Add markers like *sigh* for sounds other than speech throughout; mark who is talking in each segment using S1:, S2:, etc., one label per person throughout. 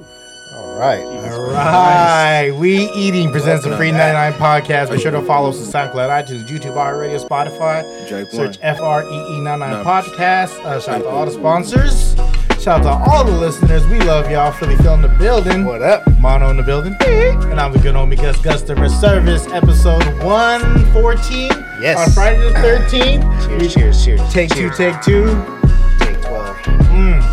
S1: All right.
S2: Jesus
S1: All right. We Eating presents the Free 99 podcast. Be sure to follow us on SoundCloud, iTunes, YouTube, iHeartRadio, Spotify.
S3: Drake
S1: Search E
S3: one.
S1: FREE99 podcast. Uh, shout out to all the sponsors. Shout out to all the listeners. We love y'all. Philly Phil in the building.
S3: What up?
S1: Mono in the building. And I'm the good homie Gus Customer Service, episode 114.
S3: Yes.
S1: On Friday the
S3: *laughs*
S1: 13th.
S3: Cheers, cheers, cheers.
S1: Take two,
S3: cheers.
S1: take two.
S3: Take 12.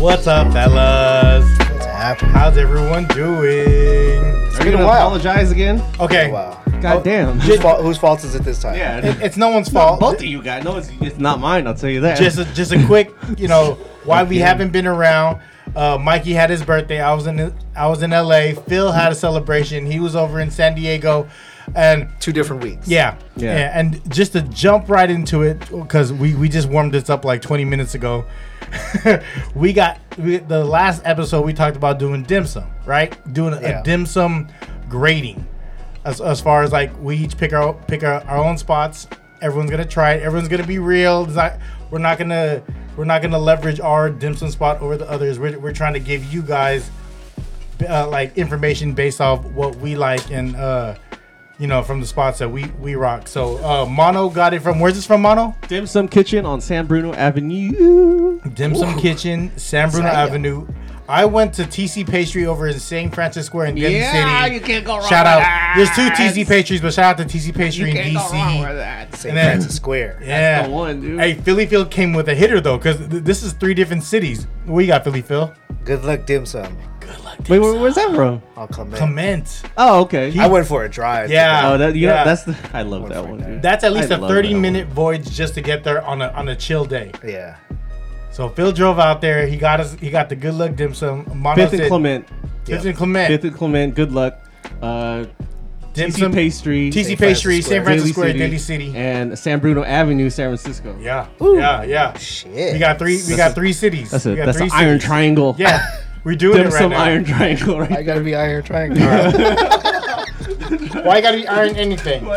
S1: What's up, fellas?
S3: What's happening?
S1: How's everyone doing?
S2: Are
S3: been
S2: you
S3: a
S2: gonna
S3: while.
S2: apologize again?
S1: Okay.
S3: Wow.
S1: Oh,
S4: God damn.
S3: Whose, fault, whose fault is it this time?
S2: *laughs* Yeah,
S1: It- It's no one's
S2: not
S1: fault.
S2: both of you guys. No, it's, it's not mine. I'll tell you that.
S1: Just a, just a quick, you
S2: *laughs*
S1: know, why we haven't been around. Uh, Mikey had his birthday. I was in I was in LA. Phil had a celebration. He was over in San Diego, and
S3: Two different weeks.
S1: yeah, yeah,
S2: Yeah.
S1: and just to jump right into it because we we just warmed this up like 20 minutes ago. *laughs* we got we, the last episode we talked about doing dim sum, right? Doing a,
S3: Yeah.
S1: dim sum grading, as, as far as like we each pick our pick our, our own spots. Everyone's gonna try it. Everyone's gonna be real. It's not, we're not gonna we're not gonna leverage our dim sum spot over the others. We're, we're trying to give you guys uh, like information based off what we like and uh you know from the spots that we we rock. So uh Mono got it from where's this from Mono?
S2: Dim Sum Kitchen on San Bruno Avenue.
S1: Dim Sum Kitchen, San Bruno
S3: Zaya.
S1: Avenue. I went to TC Pastry over in St. Francis Square in Denver
S2: Yeah,
S1: City.
S2: you can't go wrong
S1: Shout
S2: with
S1: out.
S2: that.
S1: There's two TC Pastries, but shout out to TC
S2: You
S1: Pastry in
S2: can't go wrong with
S1: DC.
S2: that.
S3: St.
S1: And then-
S3: Francis Square.
S1: Yeah.
S2: the one, dude.
S1: Hey, Philly Phil came with a hitter though, because th- this is three different cities. We got Philly Phil.
S3: Good luck, dim sum.
S1: Good luck.
S2: Wait, where, where's that from?
S3: I'll come in.
S1: Comment.
S2: Oh, okay.
S3: I went for a drive.
S1: Yeah.
S2: oh, that, you
S1: Yeah.
S2: know, that's the. I love that one, dude.
S1: That's at least
S2: I
S1: a
S2: love
S1: 30
S2: that one.
S1: minute voyage just to get there on a on a chill day.
S3: today. Yeah.
S1: So Phil drove out there. He got us. He got the good luck dim sum. Mono
S2: Fifth
S1: said-
S2: and Clement.
S1: Fifth
S3: Yeah.
S1: and Clement.
S2: Fifth and Clement. Good luck. Uh,
S1: dim
S2: TC
S1: sum.
S2: Pastry.
S3: Francis
S1: TC Pastry,
S3: Square.
S1: San Francisco Square, Daly City.
S2: and San Bruno Avenue, San Francisco.
S1: Yeah, yeah, yeah.
S3: Shit.
S1: We got three. We
S2: That's
S1: got
S2: a-
S1: three cities.
S2: That's
S1: We
S2: it.
S1: got
S2: That's
S1: three
S2: the Iron
S1: cities.
S2: Triangle.
S1: *laughs* Yeah, we're doing
S2: Dim
S1: it right
S2: Sum
S1: now.
S2: Iron Triangle, right?
S3: I gotta be Iron
S1: *laughs*
S3: Triangle.
S1: Why you gotta be iron anything?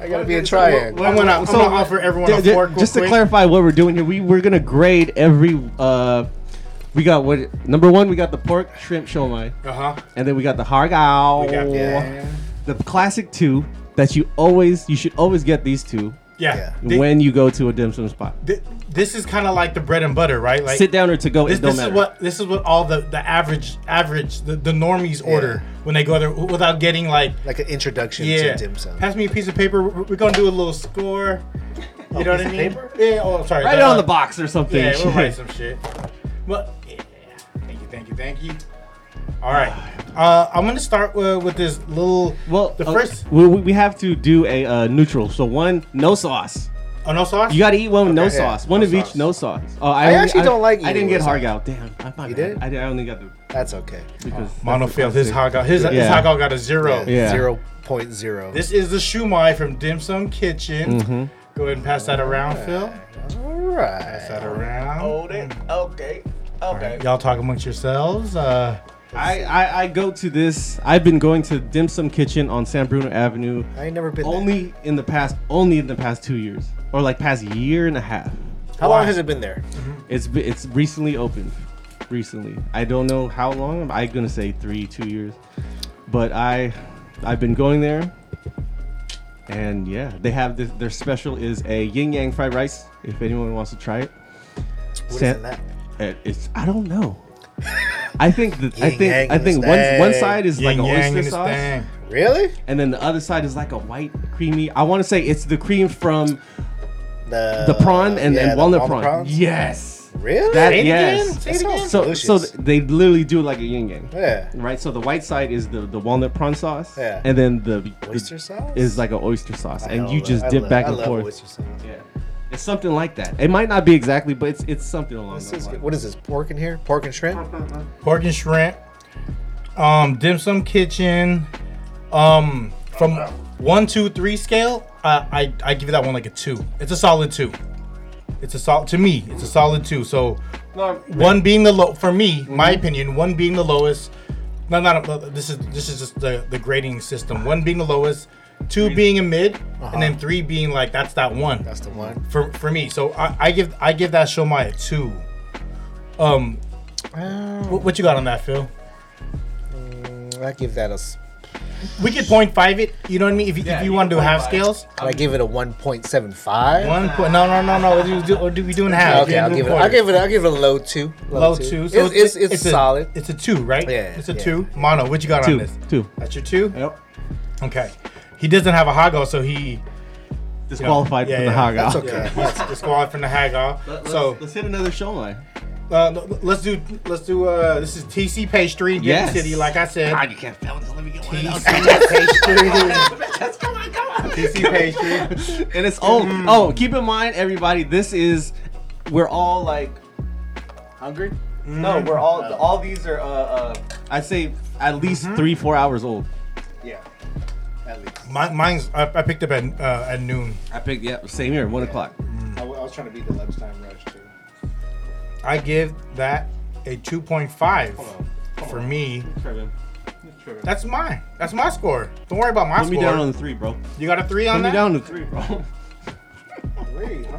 S3: I gotta be a triangle.
S1: I'm gonna,
S2: So,
S1: I'm gonna offer everyone
S2: Ju-
S1: a
S2: ju-
S1: fork. real
S2: just to
S1: quick.
S2: clarify what we're doing here we, we're gonna grade every uh we got what number one we got the pork shrimp shomai
S1: Uh huh.
S2: and then we got the hargao
S1: We got-
S3: Yeah.
S2: the classic two that you always you should always get these two
S1: Yeah.
S3: Yeah.
S1: Thi-
S2: when you go to a dim sum spot
S1: thi- this is kind of like the bread and butter, right? Like
S2: sit down or to go
S1: This,
S2: it don't
S1: this is
S2: matter
S1: what this is what all the the average average the, the normies order when they go there w- without getting like
S3: Like an introduction
S1: yeah.
S3: to dim sum.
S1: Pass me a piece of paper. We're, we're gonna do a little score. You know what I mean? Yeah. Oh, I'm sorry.
S2: write it
S1: Uh,
S2: on the box or something
S1: Yeah,
S2: *laughs*
S1: we'll write some shit. Well, yeah. Thank you, thank you, thank you. All right.
S2: Ah.
S1: Uh, I'm gonna start uh, with this little.
S2: well
S1: the
S2: uh,
S1: first.
S2: we, we we have to do a uh, neutral so one no sauce
S1: Oh no sauce.
S2: You gotta eat one with no
S3: Okay, yeah.
S2: sauce. One
S1: No
S2: of
S1: sauce.
S2: each, no sauce. Oh, I, only-
S3: actually don't like
S2: I
S3: eating
S2: didn't get
S3: with
S2: hargao. Damn, I thought
S3: You did?
S2: I, did- I only got the
S3: That's okay.
S2: because
S1: Mono failed his hot dog. His, his
S2: Yeah.
S1: hot dog got a zero.
S2: Yeah.
S3: Zero point zero.
S1: This is the shumai from Dim Sum Kitchen.
S2: Mm-hmm.
S1: Go ahead and pass that around, Phil.
S3: All
S1: Pass
S3: right.
S1: that around.
S4: Okay. Okay.
S1: Y'all talk amongst yourselves. Uh,
S2: I, I I go to this. I've been going to Dim Sum Kitchen on San Bruno Avenue
S3: I ain't never been there.
S2: only in the past only in the past two years or like past year and a half.
S3: How
S1: Why?
S3: long has it been there?
S2: It's be- it's recently opened. Recently, I don't know how long. I'm gonna say three, two years, but I I've been going there, and yeah, they have this. Their special is a yin yang fried rice. If anyone wants to try it,
S3: What is
S2: San-
S3: in that?
S2: it- it's I don't
S3: *laughs*
S2: know. I think that I
S3: Yin
S2: think
S3: yang
S2: I
S3: in
S2: think
S3: this
S2: one one
S3: thing.
S2: side is like
S1: yin
S2: an
S1: yang in
S2: oyster
S1: this
S2: sauce,
S1: thing.
S3: Really?
S2: and then the other side is like a white creamy. I want to say it's the cream from
S3: The,
S2: the prawn and,
S3: Uh, yeah,
S2: and
S3: the
S2: walnut prawn.
S3: prawns?
S2: Yes.
S3: Really?
S2: That
S1: Say it
S2: yes.
S1: again. Say
S3: That
S1: it
S3: sounds
S1: again.
S2: So,
S3: delicious.
S2: so th- they literally do like a yin yang,
S3: yeah.
S2: right? So the white side is the, the walnut prawn sauce,
S3: Yeah.
S2: and then the the-
S3: Oyster sauce?
S2: is like an oyster sauce,
S3: I
S2: and you
S3: love-
S2: just
S3: I
S2: dip
S3: love-
S2: back
S3: I
S2: and
S3: love
S2: forth.
S3: oyster sauce.
S2: Yeah, it's something like that. It might not be exactly, but it's it's something along
S3: This
S2: those
S3: is,
S2: lines.
S3: what is this? Pork in here? Pork and shrimp?
S1: pork and shrimp, um, dim sum kitchen, um, from one two three scale, uh, I I give that one like a two. It's a solid two. It's a solid to me. It's a solid two. So one being the low for me, my opinion, one being the lowest. No, not a, this is this is just the the grading system. One being the lowest, two being a mid, and then three being like Uh-huh. that's that one
S3: That's the one.
S1: for for me. So I, I give I give that show my a two. Um,
S3: Oh,
S1: What, what you got on that, Phil?
S3: mm, I give that a. s-
S1: We could point five it. You know what I mean? If you,
S4: Yeah,
S1: if you
S4: you
S1: want to do
S4: can
S1: half
S4: 0.5.
S1: scales,
S3: Can
S4: Um,
S3: I give it a one point seven five?
S1: one point. No, no, no, no. What do you do? What do we doing half?
S3: Okay, I'll give it. I'll give it. I'll give it a low two.
S1: low two.
S3: So it's it's, it's,
S1: a-
S3: solid.
S1: it's a two, right?
S3: Yeah,
S1: It's a
S3: yeah.
S1: two. Mono, what you got on
S2: Two,
S1: this?
S2: two.
S1: That's your two.
S2: Yep.
S1: Okay. He doesn't have a hago, so he
S2: Disqualified
S1: Yeah,
S2: from
S1: yeah,
S2: the
S3: that's
S2: Haga.
S3: okay.
S1: yeah, he's disqualified from the hago. so
S2: let's hit another show line.
S1: uh, l- let's do let's do uh this is TC Pastry, Dayton
S2: Yes.
S1: City, like I said.
S2: you can't fail until let me get one
S1: TC Pastry. *laughs*
S2: Come on, come on.
S1: TC Pastry.
S2: and it's oh oh keep in mind everybody this is we're all like hungry no we're all
S4: Oh.
S2: all these are uh, uh i'd say at least three four hours old
S4: Yeah. At least.
S1: My, mine's I, I picked up at uh, at noon.
S2: i picked yeah same here one o'clock
S4: I, w- I was trying to beat the lunchtime rush too.
S1: I give that a 2.5 for me. That's mine. That's my score. Don't worry about my
S2: put me
S1: score.
S2: down on the three bro
S1: you got a three
S2: put
S1: on
S2: me
S1: that?
S2: down to three bro
S4: Three, huh?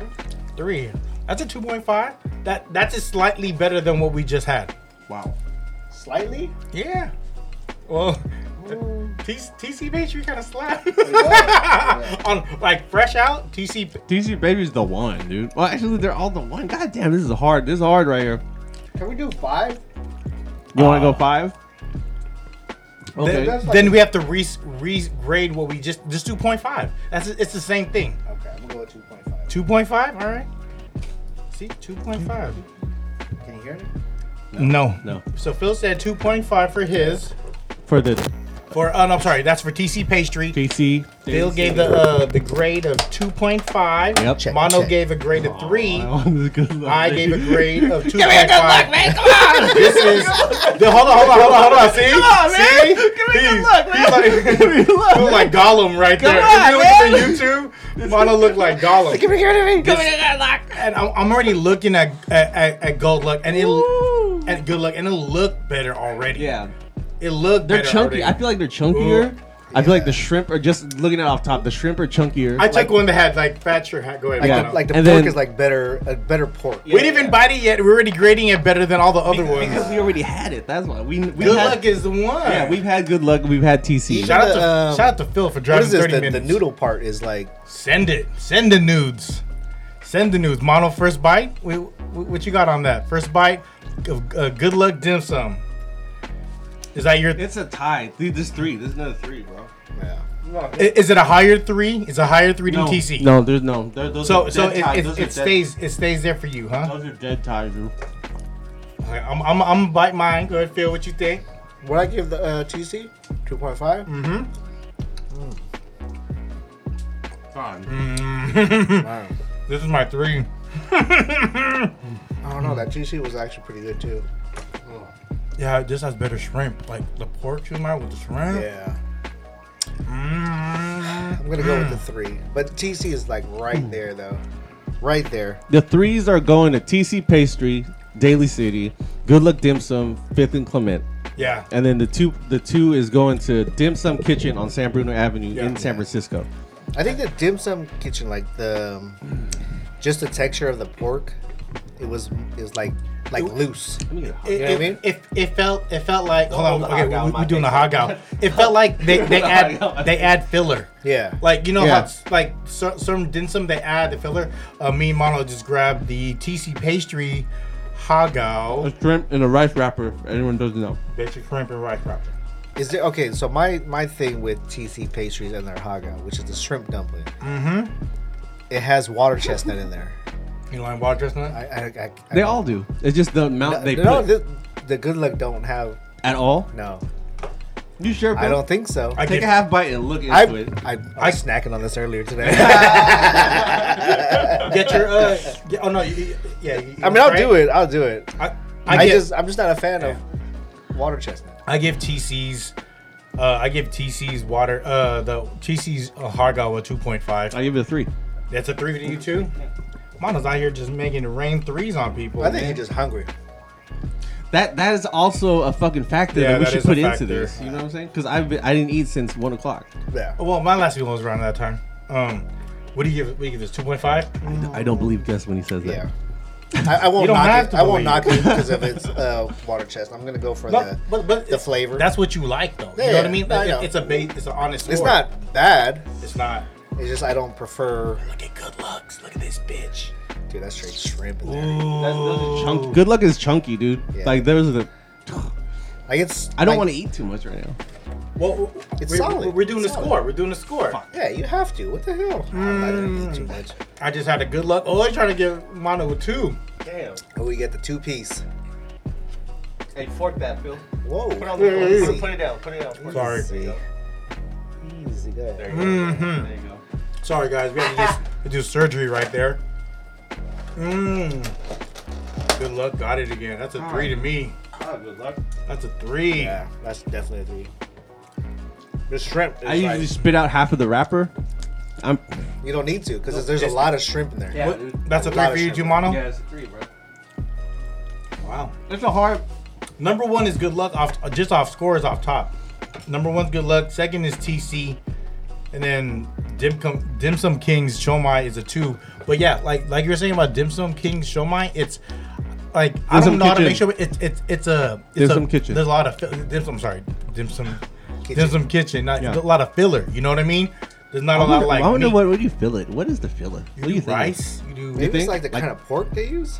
S1: Three. That's a 2.5. That that's just slightly better than what we just had.
S2: wow
S4: Slightly?
S1: Yeah. Well, T- TC Pastry kind of slapped. *laughs* on like fresh out TC.
S2: dc baby's the one dude well actually they're all the one god damn this is hard this is hard right here
S4: Can we do five?
S2: you want to go five Uh, okay
S1: Then, then we have to re regrade what we just just 2.5. That's it's the same thing.
S4: Okay, I'm gonna go with two point five.
S1: 2.5. All right. See 2.5.
S4: Can you hear me?
S1: No.
S2: no
S1: So Phil said 2.5 for his.
S2: for the
S1: For uh, no, I'm sorry, that's for TC Pastry.
S2: dc
S1: Phil gave the uh, the grade of 2.5.
S2: Yep.
S3: Check,
S1: Mono
S3: check.
S1: gave a grade of
S2: *laughs*
S1: three. I
S2: I
S1: gave a
S2: *laughs*
S1: grade of 2.5. Give me a good look, man. Come on. This is. the- hold on, hold on, hold on, hold on. See? Come
S2: on, man.
S1: See?
S2: Give me a good
S1: He-
S2: look, man.
S1: He's like, *laughs*
S2: Give me a look,
S1: look like Gollum right there.
S2: on,
S1: if you look at the YouTube, Mono looked like Gollum.
S3: Give me, give me, give me.
S1: and I'm, I'm already looking at at, at, at Gold Luck and it at Good Luck and it'll look better already.
S2: Yeah,
S1: It looked
S2: they're
S1: better already.
S2: chunky. I feel like they're chunkier.
S1: Ooh.
S2: I feel like the shrimp are just looking at it off top. The shrimp are chunkier.
S1: I took one that had like Thatcher hat. Go ahead.
S3: Like,
S2: Yeah.
S1: Mono.
S3: the, like the
S2: And
S3: pork
S2: then-
S3: is like better, a better pork.
S1: we didn't even bite it yet. We're already grading it better than all the other ones.
S2: because we already had it. That's why we we
S1: good
S2: had,
S1: luck is the one.
S2: yeah we've had good luck. We've had TC.
S1: shout out to
S3: Um,
S1: shout out to Phil for
S3: What
S1: driving
S3: is this?
S1: thirty
S3: The, the
S1: minutes.
S3: noodle part is like
S1: Send it. Send the nudes. Send the nudes. Mono first bite. We, we- what you got on that first bite? of, Uh, good luck dim sum. Is that your? i-
S2: It's a tie. Dude, There's three. There's another three, bro.
S1: Is it a higher three? Is a higher three than
S2: No,
S1: TC?
S2: no, there's no. there- those
S1: So
S2: are
S1: so
S2: dead
S1: it,
S2: ties.
S1: it,
S2: Those
S1: it,
S2: are dead-
S1: stays it stays there for you, huh?
S2: Those are dead ties, Drew.
S1: Okay, I'm, I'm I'm gonna bite mine. Go ahead, Phil. What you think?
S3: what I give the uh, TC two point five. Wow.
S1: This is my three.
S3: I don't know. That TC was actually pretty good too.
S1: Yeah, this has better shrimp. Like the pork you might with the shrimp.
S3: Yeah,
S1: Mm.
S3: I'm gonna go with the three, but TC is like right there though, right there.
S2: The threes are going to TC Pastry, Daly City, Good Luck Dim Sum, Fifth and Clement.
S1: Yeah.
S2: And then the two the two is going to Dim Sum Kitchen on San Bruno Avenue
S1: Yeah.
S2: in San Francisco.
S3: I think the dim sum kitchen, like the, um, just the texture of the pork, it was it was like like loose.
S2: Let me get a hot-
S1: It,
S3: know what I
S1: it,
S3: mean?
S1: it, it felt it felt like oh, hold on
S2: hold the
S1: okay,
S2: hog out,
S1: we,
S2: my
S1: we're doing the hog
S2: thing's
S1: out. It felt *laughs* like they, they
S2: The
S1: add
S2: hog out.
S1: they add filler.
S3: Yeah.
S1: Like you know
S2: Yeah.
S1: how it's like so, some dinsum they add the filler. Uh, me and Mono just grabbed the TC pastry hog
S2: a
S1: out.
S2: shrimp and a rice wrapper. if Anyone doesn't know.
S1: Bet your shrimp and rice wrapper.
S3: Is there okay? So my my thing with TC pastries and their haga, which is the shrimp dumpling, mm-hmm. it has water chestnut in there.
S1: You like water chestnut?
S3: I, I, I, I
S2: They all do. It's just the amount they
S3: no,
S2: put
S3: the, the good luck don't have
S2: at all.
S3: no.
S2: You sure?
S3: I
S2: bro?
S3: don't think so.
S1: I
S3: I
S2: take
S1: give-
S2: a half bite and look into
S3: I,
S2: it.
S3: I,
S1: I-
S3: was snacking on this earlier
S1: *laughs*
S3: today.
S1: Get *laughs* your uh. Get, oh no, you, you- yeah. You,
S3: I mean, I'll do it. I'll do it.
S1: I,
S3: I,
S1: I, give,
S3: just I'm just not a fan of water chestnut.
S1: I give TC's. Uh, I give TC's water. Uh, the TC's uh, Hargawa 2.5.
S2: I give it a three.
S1: That's a three to you too. Mono's out here just making rain threes on people.
S3: I think
S1: man.
S3: you're just hungry.
S2: That that is also a fucking factor
S1: Yeah,
S2: that we
S1: that
S2: should
S1: is a
S2: put
S1: factor.
S2: into this. You know what I'm saying? Because I've been, I didn't eat since one o'clock.
S3: Yeah.
S1: Well, my last meal was around that time. Um, what do you give? What do you give this? Two point five.
S2: I don't believe Gus when he says that.
S3: Yeah. I, I won't
S1: You don't
S3: knock
S1: have
S3: it.
S1: to
S3: I won't
S1: believe.
S3: knock
S1: *laughs*
S3: it because of its uh, water chest. I'm gonna go for
S1: But,
S3: the
S1: but, but
S3: the flavor.
S1: that's what you like though. you
S3: Yeah,
S1: know what I mean?
S3: I
S1: Like, it-
S3: know.
S1: it's a bait. It's an honest.
S3: it's
S1: score.
S3: not bad.
S1: It's not.
S3: It's just I don't prefer.
S1: Look at good looks. Look at this bitch.
S3: Dude, that's straight shrimp in there.
S2: That's, those are
S1: Ooh.
S2: chunk- Good luck is chunky, dude.
S3: Yeah.
S2: Like those are the.
S3: Like it's.
S2: I don't
S3: like,
S2: want to eat too much right now.
S1: Well,
S3: It's
S1: we're,
S3: solid.
S1: We're doing the
S3: It's solid.
S1: score. We're doing the score.
S3: Yeah, you have to. What the hell? I'm not gonna
S2: Mm.
S3: eat too much.
S1: I just had a good luck. Oh, they're trying to give Mono a two.
S2: Damn.
S3: Oh, we get the two piece.
S2: Hey, fork that, Phil.
S3: Whoa.
S1: the floor. Put it-
S2: it down. Put it down.
S1: Sorry.
S3: Easy. Easy, go ahead.
S2: you
S1: Mhm.
S2: There you go.
S1: Sorry, guys. We had to just to do surgery right there. Mmm. Good luck. Got it again. That's a three to me.
S2: Ah, good luck.
S1: That's a three.
S3: Yeah, that's definitely a three. The shrimp. Is
S2: I
S3: like-
S2: usually spit out half of the wrapper. I'm.
S3: you don't need to because there's a
S1: it's-
S3: lot of shrimp in there.
S2: Yeah.
S1: What? That's a
S3: A
S1: three
S3: lot
S1: for
S3: of
S1: you,
S3: shrimp.
S1: Jumano?
S2: it's a three, bro.
S1: Wow.
S2: Oh. It's a hard.
S1: Number one is good luck off uh, just off scores off top. Number one's good luck. Second is TC, and then Dim, Com- Dim Sum Kings Shomai is a two. But yeah, like like you were saying about Dim Sum Kings Shomai, it's like I
S2: Dim
S1: don't
S2: Sum
S1: know how to
S2: Kitchen.
S1: make sure it's it's it's a it's
S2: Dim
S1: a-
S2: Sum Kitchen.
S1: There's a lot of fi- Dim Sum. Sorry, Dim Sum Dim
S3: Kitchen.
S1: Sum Kitchen. Not
S2: Yeah.
S1: a lot of filler. You know what I mean? There's not
S2: I
S1: a lot
S2: wonder,
S1: like
S2: I wonder
S1: meat.
S2: what, what do you fill it? What is the filler?
S1: you
S2: what do
S1: do
S2: you think?
S1: rice. You do.
S3: Maybe
S2: think?
S3: it's like the
S2: Like-
S3: kind of pork they use.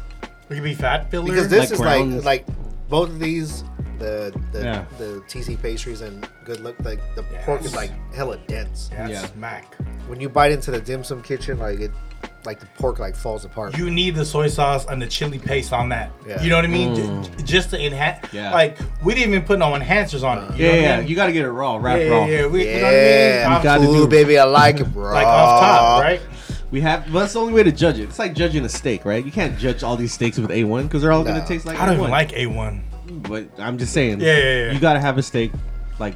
S1: It could be fat filler.
S3: Because this
S2: Like
S3: is
S2: browns.
S3: like like both of these, the the,
S2: Yeah.
S3: the TC pastries and good look like the pork is
S1: Yes.
S3: like hella dense.
S1: That's
S2: Yeah.
S1: smack.
S3: When you bite into the dim sum kitchen, like it like the pork like falls apart.
S1: you need the soy sauce and the chili paste on that.
S3: Yeah.
S1: You know what I mean? J-
S2: Mm.
S1: j- just to enhance.
S2: Yeah.
S1: Like we didn't even put no enhancers on it. You
S2: Yeah,
S1: know what
S2: yeah.
S1: I mean?
S2: You got to get it raw,
S1: yeah,
S2: wrap raw.
S1: yeah, yeah. We,
S3: yeah,
S1: You know what I mean? Off-
S2: You gotta
S3: Ooh,
S2: do-
S3: baby, I like it, bro.
S1: like off top, right?
S2: We have. Well, that's the only way to judge it. It's like judging a steak, right? You can't judge all these steaks with A1 because they're all gonna
S3: No.
S2: taste like
S1: I don't
S2: A1.
S1: even like A1.
S2: But I'm just saying.
S1: Yeah, yeah, yeah.
S2: You gotta have a steak like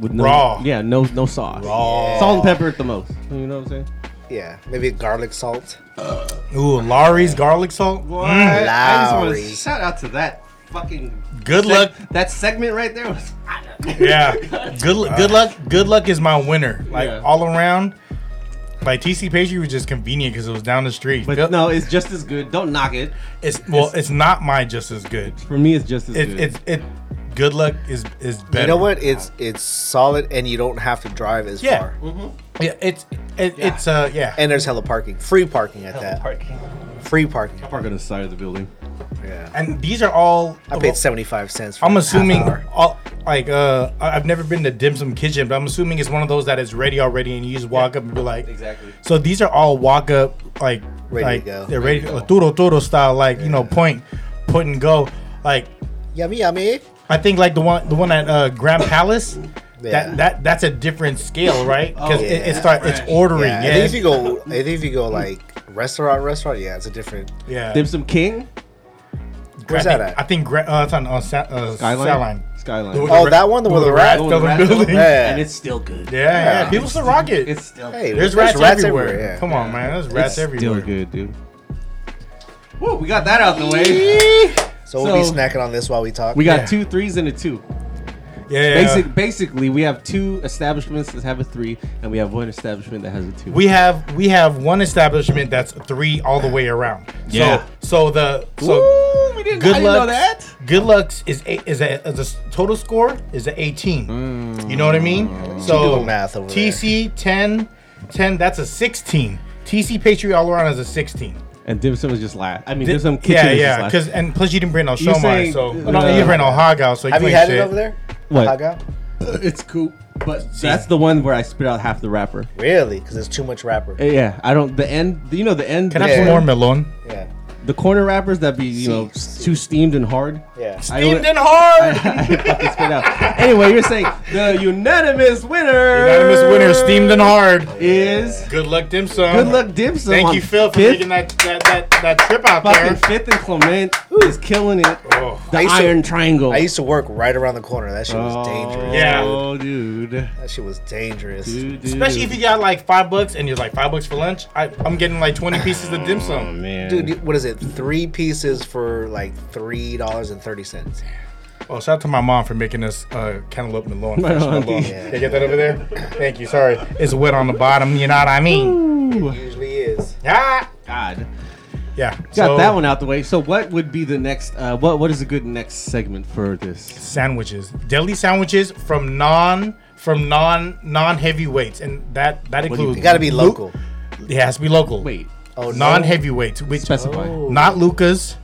S2: with no,
S1: Raw.
S2: Yeah, no, no sauce.
S1: Raw.
S2: Salt and pepper at the most. You know what I'm saying?
S3: Yeah, maybe garlic salt.
S1: Ooh, Lari's garlic salt. Mm.
S2: I just want to
S3: Lowry.
S2: shout out to that fucking.
S1: Good luck.
S2: That segment right there was.
S1: Yeah. Good lu- good luck. Good luck is my winner. Like
S2: Yeah.
S1: all around. Like TC Pastry was just convenient because it was down the street.
S2: But
S1: Phil-
S2: *laughs* no, it's just as good. Don't knock it.
S1: it's well, it's, not my just as good.
S2: For me, it's just as
S1: It,
S2: good.
S1: it's it. Good luck is is better.
S3: You know what? It's it's solid, and you don't have to drive as
S1: Yeah. Mm-hmm.
S3: far.
S1: Yeah, it's it, it's uh yeah.
S3: And there's hella parking, free parking at that. Free parking.
S2: Park on the side of the building.
S3: Yeah,
S1: and these are all
S3: I paid seventy five cents. For
S1: I'm
S3: half an
S1: assuming
S3: hour.
S1: all, like uh I- I've never been to Dim Sum Kitchen, but I'm assuming it's one of those that is ready already and you just walk up and be like
S2: Exactly.
S1: So these are all walk up like
S3: Ready to
S1: like
S3: go.
S1: they're ready uh, turo turo style like you know point put and go like
S3: Yummy, yummy.
S1: I think like the one the one at uh, Grand Palace
S3: Yeah.
S1: that that that's a different scale right because
S2: Oh,
S1: it,
S3: yeah.
S1: it start it's
S2: Fresh.
S1: ordering
S3: Yeah,
S1: yeah
S3: I think if you go, I think if you go like restaurant, restaurant, yeah, it's a different.
S1: *laughs* yeah.
S2: Dim Sum King?
S3: Where's
S1: I
S3: that
S1: think-
S3: at?
S1: I think Gra- uh, it's on uh, Sa- uh,
S2: Skyline?
S1: Skyline.
S2: Skyline.
S1: The-
S3: Oh, that one, the one with the rat.
S2: Oh,
S1: Fill the
S2: rat-
S3: *laughs*
S1: building.
S3: Yeah.
S2: And it's still good.
S1: Yeah, yeah.
S3: Yeah.
S1: People still rock it.
S2: It's still
S3: Hey,
S1: there's, rats, everywhere. Come on, man. There's rats
S2: It's
S1: everywhere.
S2: Still good, dude. Woo, we got that out the *laughs* way.
S3: So we'll
S2: So-
S3: be snacking on this while we talk.
S2: We got
S1: Yeah.
S2: two threes and a two.
S1: Yeah.
S2: Basic, basically, we have two establishments that have a three, and we have one establishment that has a two.
S1: We have we have one establishment that's three all the way around.
S2: Yeah.
S1: So so the so
S2: Ooh, we
S1: good
S2: didn't, I didn't
S1: luck.
S2: know that.
S1: Good lucks is a, is a, is a s- total score is an eighteen. You know what I mean?
S3: Mm. do
S1: So
S3: the math over there.
S1: TC 10, 10, That's a sixteen. TC Patriot all around is a sixteen.
S2: And dim sum was just last. I mean, dim
S1: Th-
S2: sum kitchen.
S1: yeah,
S2: was
S1: yeah.
S2: Just
S1: Because
S2: last.
S1: and plus you didn't bring no
S2: You
S1: shomai,
S2: saying-
S1: so no,
S2: uh,
S1: you didn't bring no hogao, so you
S3: Have you
S1: ain't
S3: had
S1: shit.
S3: it over there?
S2: What?
S3: Haga?
S2: *laughs* it's cool, but that's the one where I spit out half the wrapper.
S3: Really? Because there's too much wrapper.
S2: Uh, Yeah, I don't. The end. You know, the end.
S1: Can I
S2: the,
S1: have some
S3: Yeah.
S1: more melon?
S3: Yeah.
S2: the corner wrappers that be you know
S3: Seeds.
S2: too steamed and hard. *laughs*
S3: Yeah.
S2: I
S1: Steamed
S2: only-
S1: and
S2: *laughs*
S1: hard.
S2: I fucking spit out. Anyway, you're saying the unanimous winner.
S1: Unanimous winner, steamed and hard.
S2: is
S1: Good luck, dim sum.
S2: Good Luck Dim Sum.
S1: Thank
S2: on
S1: you, Phil, for
S2: fifth,
S1: making that that that, that trip out
S2: fucking
S1: there.
S2: fifth and Clement is killing it.
S1: Oh.
S2: The
S3: I used to-
S2: Iron Triangle.
S3: I used to work right around the corner. That shit was dangerous.
S1: Oh. Yeah.
S2: Oh, dude.
S3: That shit was dangerous.
S2: Dude, dude.
S1: Especially if you got like five bucks and you're like five bucks for lunch. I, I'm getting like 20 pieces of dim
S2: Oh,
S1: sum.
S2: man.
S3: Dude, you- what is it? Three pieces for like three dollars and thirty cents.
S1: Oh, shout out to my mom for making us uh, cantaloupe
S2: *laughs*
S1: melon. fresh
S2: auntie.
S1: melon.
S2: Yeah.
S1: You get that over there? Thank you. Sorry, it's wet on the bottom. You know what I mean?
S2: Ooh.
S3: Usually is.
S1: Ah.
S2: God.
S1: Yeah.
S2: Got
S1: so,
S2: that one out the way. So what would be the next? Uh, what what is a good next segment for this?
S1: Sandwiches, deli sandwiches from non from non non heavyweights, and that that
S2: do you
S1: includes.
S3: It got to be
S1: Lu-
S3: local.
S1: It has to be local.
S2: Wait,
S3: Oh,
S1: non heavyweights, which
S2: specify. Oh.
S1: not Luca's,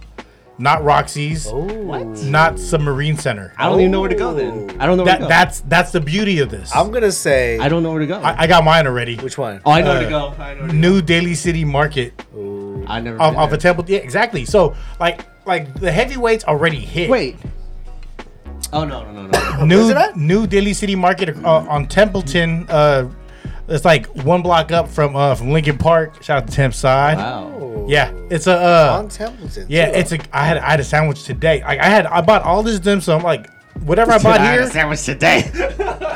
S1: not Roxy's,
S3: What?
S1: not Submarine Center.
S2: I don't even know where to go then. I don't know. Where
S1: That
S2: to go.
S1: that's that's the beauty of this.
S3: I'm gonna say.
S2: I don't know where to go.
S1: I, I got mine already.
S3: which one?
S2: oh, I know where
S1: uh,
S2: to go. I know. Where to
S1: New Daily City Market
S3: Ooh.
S2: go. I never.
S1: off,
S2: been
S1: off a
S2: there.
S1: temple. Yeah, exactly. So like like the heavyweights already hit.
S2: Wait. Oh no no no no.
S1: new
S3: Is it at?
S1: New Daily City Market uh, on Templeton. Uh, it's like one block up from uh, from Lincoln Park. Shout out to Temp Side.
S2: wow.
S1: Yeah, it's a uh,
S3: on Templeton.
S1: yeah,
S3: too.
S1: it's a. I had I had a sandwich today. Like I had I bought all this dim sum. Like whatever I
S2: *laughs*
S1: bought here,
S2: sandwich
S1: *laughs*
S2: today.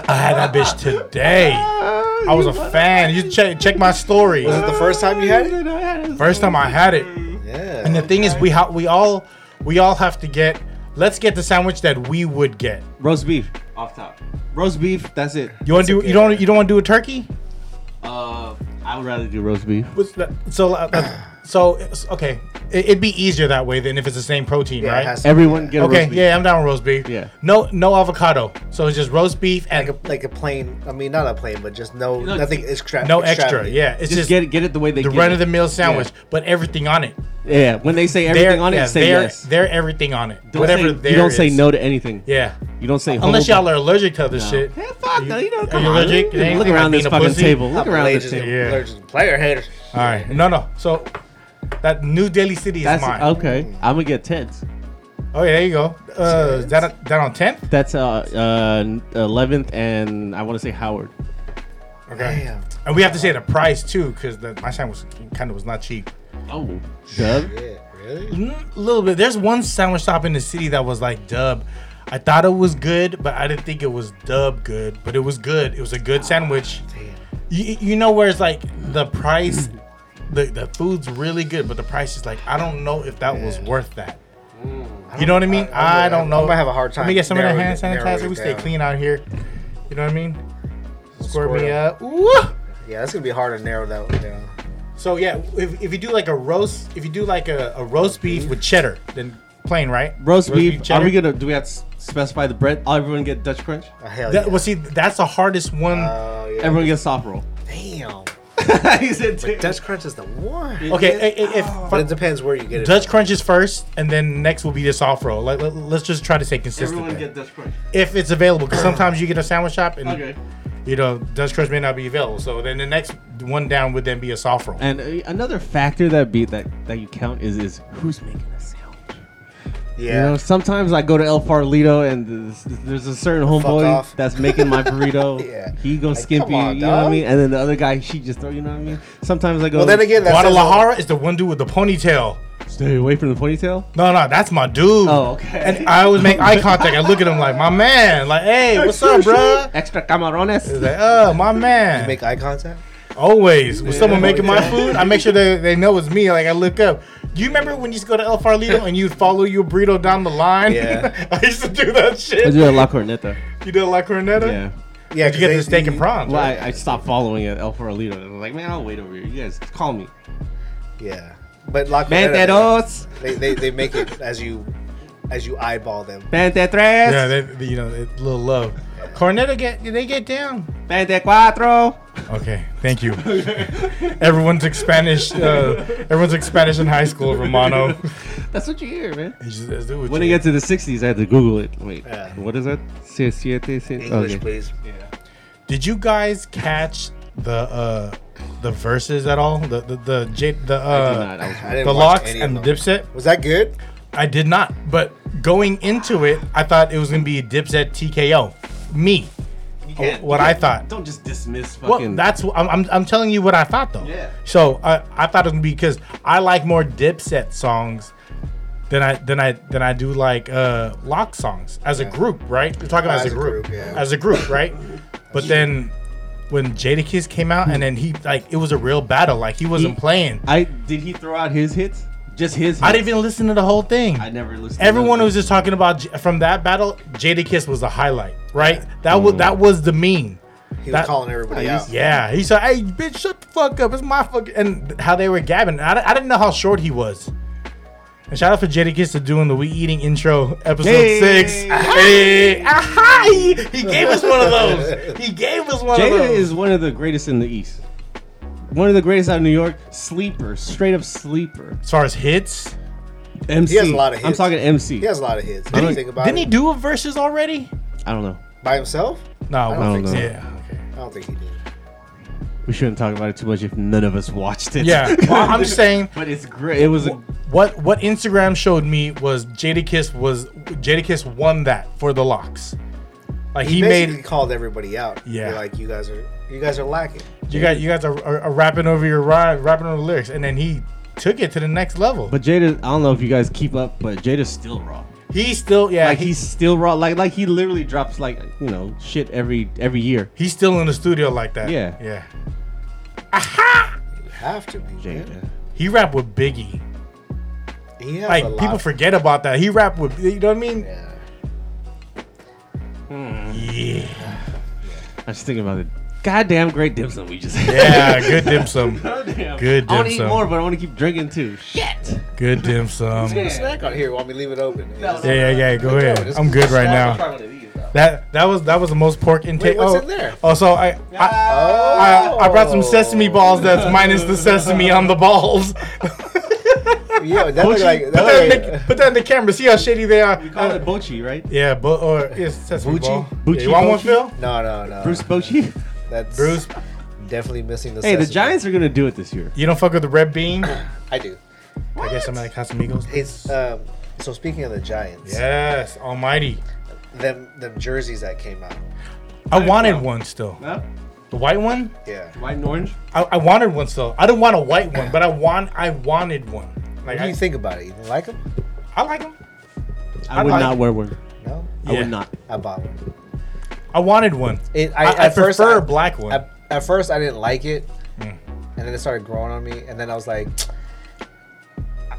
S1: I had that bitch today. I was a fan. You check check my story.
S3: Was it the first time you had
S2: *laughs*
S3: it?
S1: First time I had it.
S3: Yeah.
S1: And the thing is, we ha- we all we all have to get. Let's get the sandwich that we would get.
S2: Roast beef off top. Roast beef. That's it.
S1: You want to do? You don't? You don't want to do a turkey?
S2: Uh, I would rather do roast beef.
S1: What's that? So uh, that's- so it's- okay. It, it'd be easier that way than if it's the same protein,
S3: Yeah, it
S1: right?
S3: has to-
S2: Everyone get a
S1: okay.
S2: roast beef.
S1: Yeah, I'm down with roast beef.
S2: Yeah.
S1: No, no avocado. So it's just roast beef and
S3: like a like a plain. I mean, not a plain, but just no
S2: know,
S3: nothing extra.
S1: no extra.
S3: extravagant.
S1: Yeah, it's
S2: Just
S1: just,
S2: get it, get it the way they
S1: the
S2: get
S1: run
S2: it.
S1: of the mill sandwich, but everything on it.
S2: Yeah. when they say
S1: They're,
S2: everything on it,
S1: yeah,
S2: say
S1: they're,
S2: yes.
S1: they're everything on it.
S2: Don't
S1: Whatever.
S2: say,
S1: there
S2: you don't say
S1: is.
S2: no to anything.
S1: Yeah.
S2: You don't say
S1: Unless
S2: hold-
S1: y'all are allergic to other shit.
S2: Yeah, fuck, no, you know, come
S1: you
S2: on.
S1: allergic? It ain't
S2: Look
S1: like
S2: around
S1: being
S2: this
S1: a
S2: fucking
S1: pussy.
S2: table. Look
S3: I'm
S2: around this
S3: allergic,
S2: table.
S1: Yeah. Uh,
S3: allergic to player haters.
S1: All right. No, no. So that New Delhi City is
S2: That's
S1: mine.
S2: okay. I'm gonna get tens.
S1: Oh yeah, there you go. Uh, is that that on tenth?
S2: That's uh uh eleventh and I want to say Howard.
S1: Okay.
S3: Damn.
S1: And we have to say the price too, because my sandwich kind of was not cheap.
S2: Oh, dub.
S3: Yeah. Really?
S1: Mm, A little bit. There's one sandwich shop in the city that was like dub. I thought it was good, but I didn't think it was dub good. But it was good. It was a good sandwich.
S3: Damn.
S1: You, you know where it's like the price, the the food's really good, but the price is like I don't know if that was
S3: Yeah. Mm.
S1: worth that. You know what I mean? I, don't know.
S3: I'm gonna have a hard time.
S1: Let me get some of that
S3: narrowing
S1: hand
S3: it- narrowing
S1: sanitizer.
S3: it
S1: We stay
S3: down.
S1: clean out here. You know what I mean? Squirt me
S3: Squirt 'em.
S1: up. Woo!
S3: Yeah, that's gonna be hard to narrow that one down.
S1: So yeah, if, if you do like a roast, if you do like a, a roast beef with cheddar, then plain, right?
S2: Roast, beef.
S1: cheddar?
S2: Are we gonna? Do we have to s- specify the bread? Oh, everyone get Dutch crunch.
S3: Oh, hell
S1: That,
S3: yeah.
S1: well, see, that's the hardest one.
S2: Uh,
S3: Oh, yeah.
S2: Everyone gets soft roll. *laughs*
S3: Damn.
S2: he said
S3: But Dutch Crunch is the one.
S1: okay, i- i- if,
S2: Oh.
S3: But it depends where you get it.
S1: Dutch crunch is first, and then next will be the soft roll. Like, let, us just try to stay consistent.
S2: Everyone
S1: there.
S2: get Dutch crunch.
S1: if it's available, because sometimes you get a sandwich shop and
S2: Okay.
S1: you know Dutch crunch may not be available. So then the next one down would then be a soft roll.
S2: And uh, another factor that be that that you count is is who's making the sandwich. You know,
S3: Yeah.
S2: sometimes I go to El Farolito and there's, there's a certain homeboy
S3: off.
S2: that's making my burrito.
S3: *laughs* Yeah.
S2: He goes
S3: Like,
S2: skimpy,
S3: come on,
S2: you know what I
S3: dog.
S2: mean? And then the other guy, she just throw, you know what I mean? Sometimes I go,
S3: Well, then again, that's
S1: Guadalajara is the one dude with the ponytail.
S2: stay away from the ponytail.
S1: No, no, that's my dude.
S2: Oh, okay.
S1: And I always make eye contact. I look at him like, my man. Like, hey, what's up, bruh?
S2: Extra camarones.
S1: It's like, oh, my man.
S3: Make eye contact.
S1: Always. When someone making my
S3: yeah.
S1: food, I make sure they, they know it's me. Like, I look up. Do you remember when you used to go to El Farlito and you'd follow your burrito down the line?
S3: Yeah.
S1: *laughs* I used to do that
S2: I
S1: shit.
S2: do a La Corneta.
S1: You did La Cornetta?
S2: Yeah.
S3: Yeah,
S1: Did you get the
S3: because they-
S1: steak and prawns?
S2: Well,
S1: right?
S2: I, I stopped following it, El Farolito. I was like, man, I'll wait over here. You guys call me.
S3: Yeah, but La Cornetta,
S2: Banderos,
S3: they, they they make it as you as you eyeball them.
S1: Yeah,
S2: bandetres,
S1: they, they- you know, a little love. Cornetta get they get down.
S3: *laughs*
S2: bandecuatro.
S1: Okay, thank you. everyone took Spanish. Uh, everyone took Spanish in high school, Romano.
S2: That's what you hear, man.
S1: It's just- it's- it's-
S2: When I get to the 60s, I had to Google it. Wait,
S3: Yeah.
S2: what is that? Siete, siete,
S3: English,
S2: okay.
S3: please.
S1: Did you guys catch the uh the verses at all? The the the J, the
S2: I did
S1: uh
S2: not. I was
S3: I didn't
S1: the
S3: watch
S1: locks
S3: any
S1: and the
S3: of them.
S1: Dipset?
S3: Was that good?
S1: I did not. But going into it, I thought it was gonna be a Dipset TKO. Me,
S2: can't-
S1: Oh, what
S2: you
S1: I
S2: can't-
S1: thought.
S2: Don't just dismiss fucking.
S1: Well, that's wh- I'm, I'm I'm telling you what I thought though.
S2: Yeah.
S1: So I I thought it was gonna be because I like more Dipset songs. Than I than I than I do like uh lock songs as a group, right? We're talking as, a group,
S3: yeah.
S1: as a group, *laughs* right? But then when Jadakiss came out, and then he like it was a real battle, like he wasn't
S2: He-
S1: playing. I,
S2: I did he throw out his hits? Just his. Hits?
S1: didn't even listen to the whole thing.
S2: I never listened. to
S1: Everyone
S2: those
S1: was just
S2: Mm.
S1: talking about J- from that battle. Jadakiss was the highlight, right? That was that was the meme.
S3: He was
S1: That- Oh,
S3: calling everybody
S2: Yeah,
S3: out.
S2: he's-
S1: Yeah, he said, "Hey, bitch, shut the fuck up. It's my fuck." And how they were gabbing. I, I didn't know how short he was. And shout out for Jadakiss to doing the We Eating intro episode
S2: Hey.
S1: six. Hey, aha! He, he gave us one of those. He gave us one of
S2: Jada
S1: those.
S2: is one of the greatest in the East. One of the greatest out of New York. Sleeper, straight up sleeper.
S1: as far as hits,
S2: MC.
S3: has a lot of
S2: I'm
S3: hits.
S2: talking MC.
S3: He has a lot of hits.
S2: Didn't
S3: Did
S2: he-
S3: he think about
S1: didn't he
S3: it?
S1: do a verses already?
S2: I don't know.
S3: by himself?
S1: No, I
S3: don't think so.
S1: Yeah,
S3: I don't think he did.
S2: We shouldn't talk about it too much if none of us watched it. *laughs*
S1: yeah. Well, I'm just saying.
S2: but it's great. It was a
S1: What what Instagram showed me was Jadakiss was Jadakiss won that for the locks. Like he,
S3: He, basically
S1: made
S3: called everybody out.
S1: Yeah.
S3: They're like you guys are you guys are lacking.
S1: you guys you guys are, are, are uh, rapping over your rhyme, rapping over the lyrics, and then he took it to the next level. But
S2: But Jada, I don't know if you guys keep up, but Jada's still raw.
S1: he still yeah
S2: Like
S1: he-
S2: he's still raw. Like like he literally drops like you know shit every every year.
S1: he's still in the studio like that.
S2: Yeah.
S1: yeah.
S3: You have to be. man.
S2: Jada,
S1: He rapped with Biggie.
S3: He has
S1: Like
S3: a lot.
S1: people
S3: of-
S1: forget about that. He rapped with you know what I mean.
S3: Yeah.
S1: Yeah.
S2: I was thinking about it. Goddamn great dim sum we just had.
S1: Yeah, good dim sum.
S2: Goddamn.
S1: Good
S2: I want
S1: dim
S2: to eat
S1: sum.
S2: more, but I want to keep drinking too. Shit.
S1: Good dim sum.
S3: Put a snack on here while we leave it open. It's just-
S1: Yeah, yeah, yeah. Go ahead.
S3: just-
S1: I'm good right now.
S4: Try one of these, though.
S1: That that was that was the most pork intake.
S3: Wait, what's
S1: oh,
S3: in there?
S1: Oh, so I, I I I brought some sesame balls. That's minus the sesame on the balls. *laughs*
S3: Yeah, that look like
S1: put, that in
S3: that
S1: the, put that in the camera. See how shitty they are.
S2: We call it Bochi, right?
S1: Uh, yeah, but or it's sesame
S2: Bucci?
S1: ball.
S2: Bucci,
S1: yeah, you want one,
S2: Bucci?
S1: Phil?
S3: look- No, no, no.
S2: Bruce Bochi.
S3: That's
S1: Bruce,
S3: definitely missing the.
S2: *laughs* hey, the
S3: sesame.
S2: Giants are gonna do it this year.
S1: you don't fuck with the
S3: *coughs*
S1: red bean.
S3: I do.
S1: I guess I'm like Casamigos.
S3: It's um. So speaking of the Giants,
S1: Yes, Almighty.
S3: them them jerseys that came out.
S1: I wanted one still.
S2: Huh?
S1: The white one.
S3: Yeah.
S2: White and orange.
S1: I, I wanted one still. I didn't want a white one, but I want I wanted one. Like
S3: What do
S1: I,
S3: you think about it? You didn't like them?
S1: I like them.
S2: I,
S1: I
S2: would
S1: like-
S2: not wear one.
S3: No.
S2: I
S1: Yeah.
S2: would not.
S3: I bought one.
S1: I wanted one.
S3: It, I,
S1: I, I,
S3: at first,
S1: prefer
S3: I-
S1: a black one. Hmm.
S3: At, at first, I didn't like it, and then it started growing on me, and then I was like,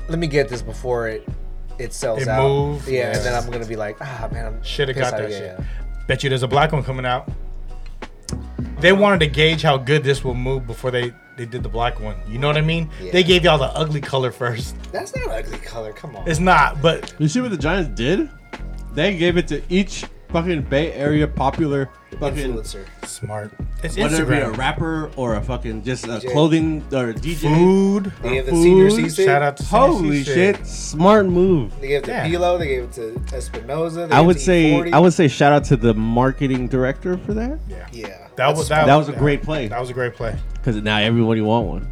S3: "Let me get this before it it sells
S1: It
S3: out."
S1: move,
S3: yeah,
S1: yeah.
S3: and then I'm gonna be like, "Ah, man, I'm
S1: Should have
S3: pissed
S1: got
S3: I-
S1: that
S3: yeah,
S1: shit.
S3: yeah.
S1: Bet you there's a black one coming out. They wanted to gauge how good this will move before they they did the black one. You know what I mean?
S3: Yeah.
S1: They gave y'all the ugly color first.
S3: That's not an ugly color. Come on.
S1: It's not, but
S2: You see what the Giants did? They gave it to each fucking Bay Area popular fucking
S3: influencer.
S1: smart. It's
S2: whether it be a
S1: Instagram.
S2: rapper or a fucking just a
S3: DJ.
S2: clothing or a DJ.
S1: Food.
S3: They have the
S2: Food,
S3: senior season.
S1: Shout out to Senior
S2: Holy
S1: C
S2: shit! Smart move.
S3: They gave it to
S1: Yeah.
S3: Pilo. They gave it to Espinoza. They
S2: I
S3: gave it
S2: would
S3: to E
S2: say
S3: E40.
S2: I would say shout out to the marketing director for that
S1: Yeah.
S3: Yeah.
S1: That was that,
S2: that was a great play.
S1: That was a great play.
S2: because now everybody want one.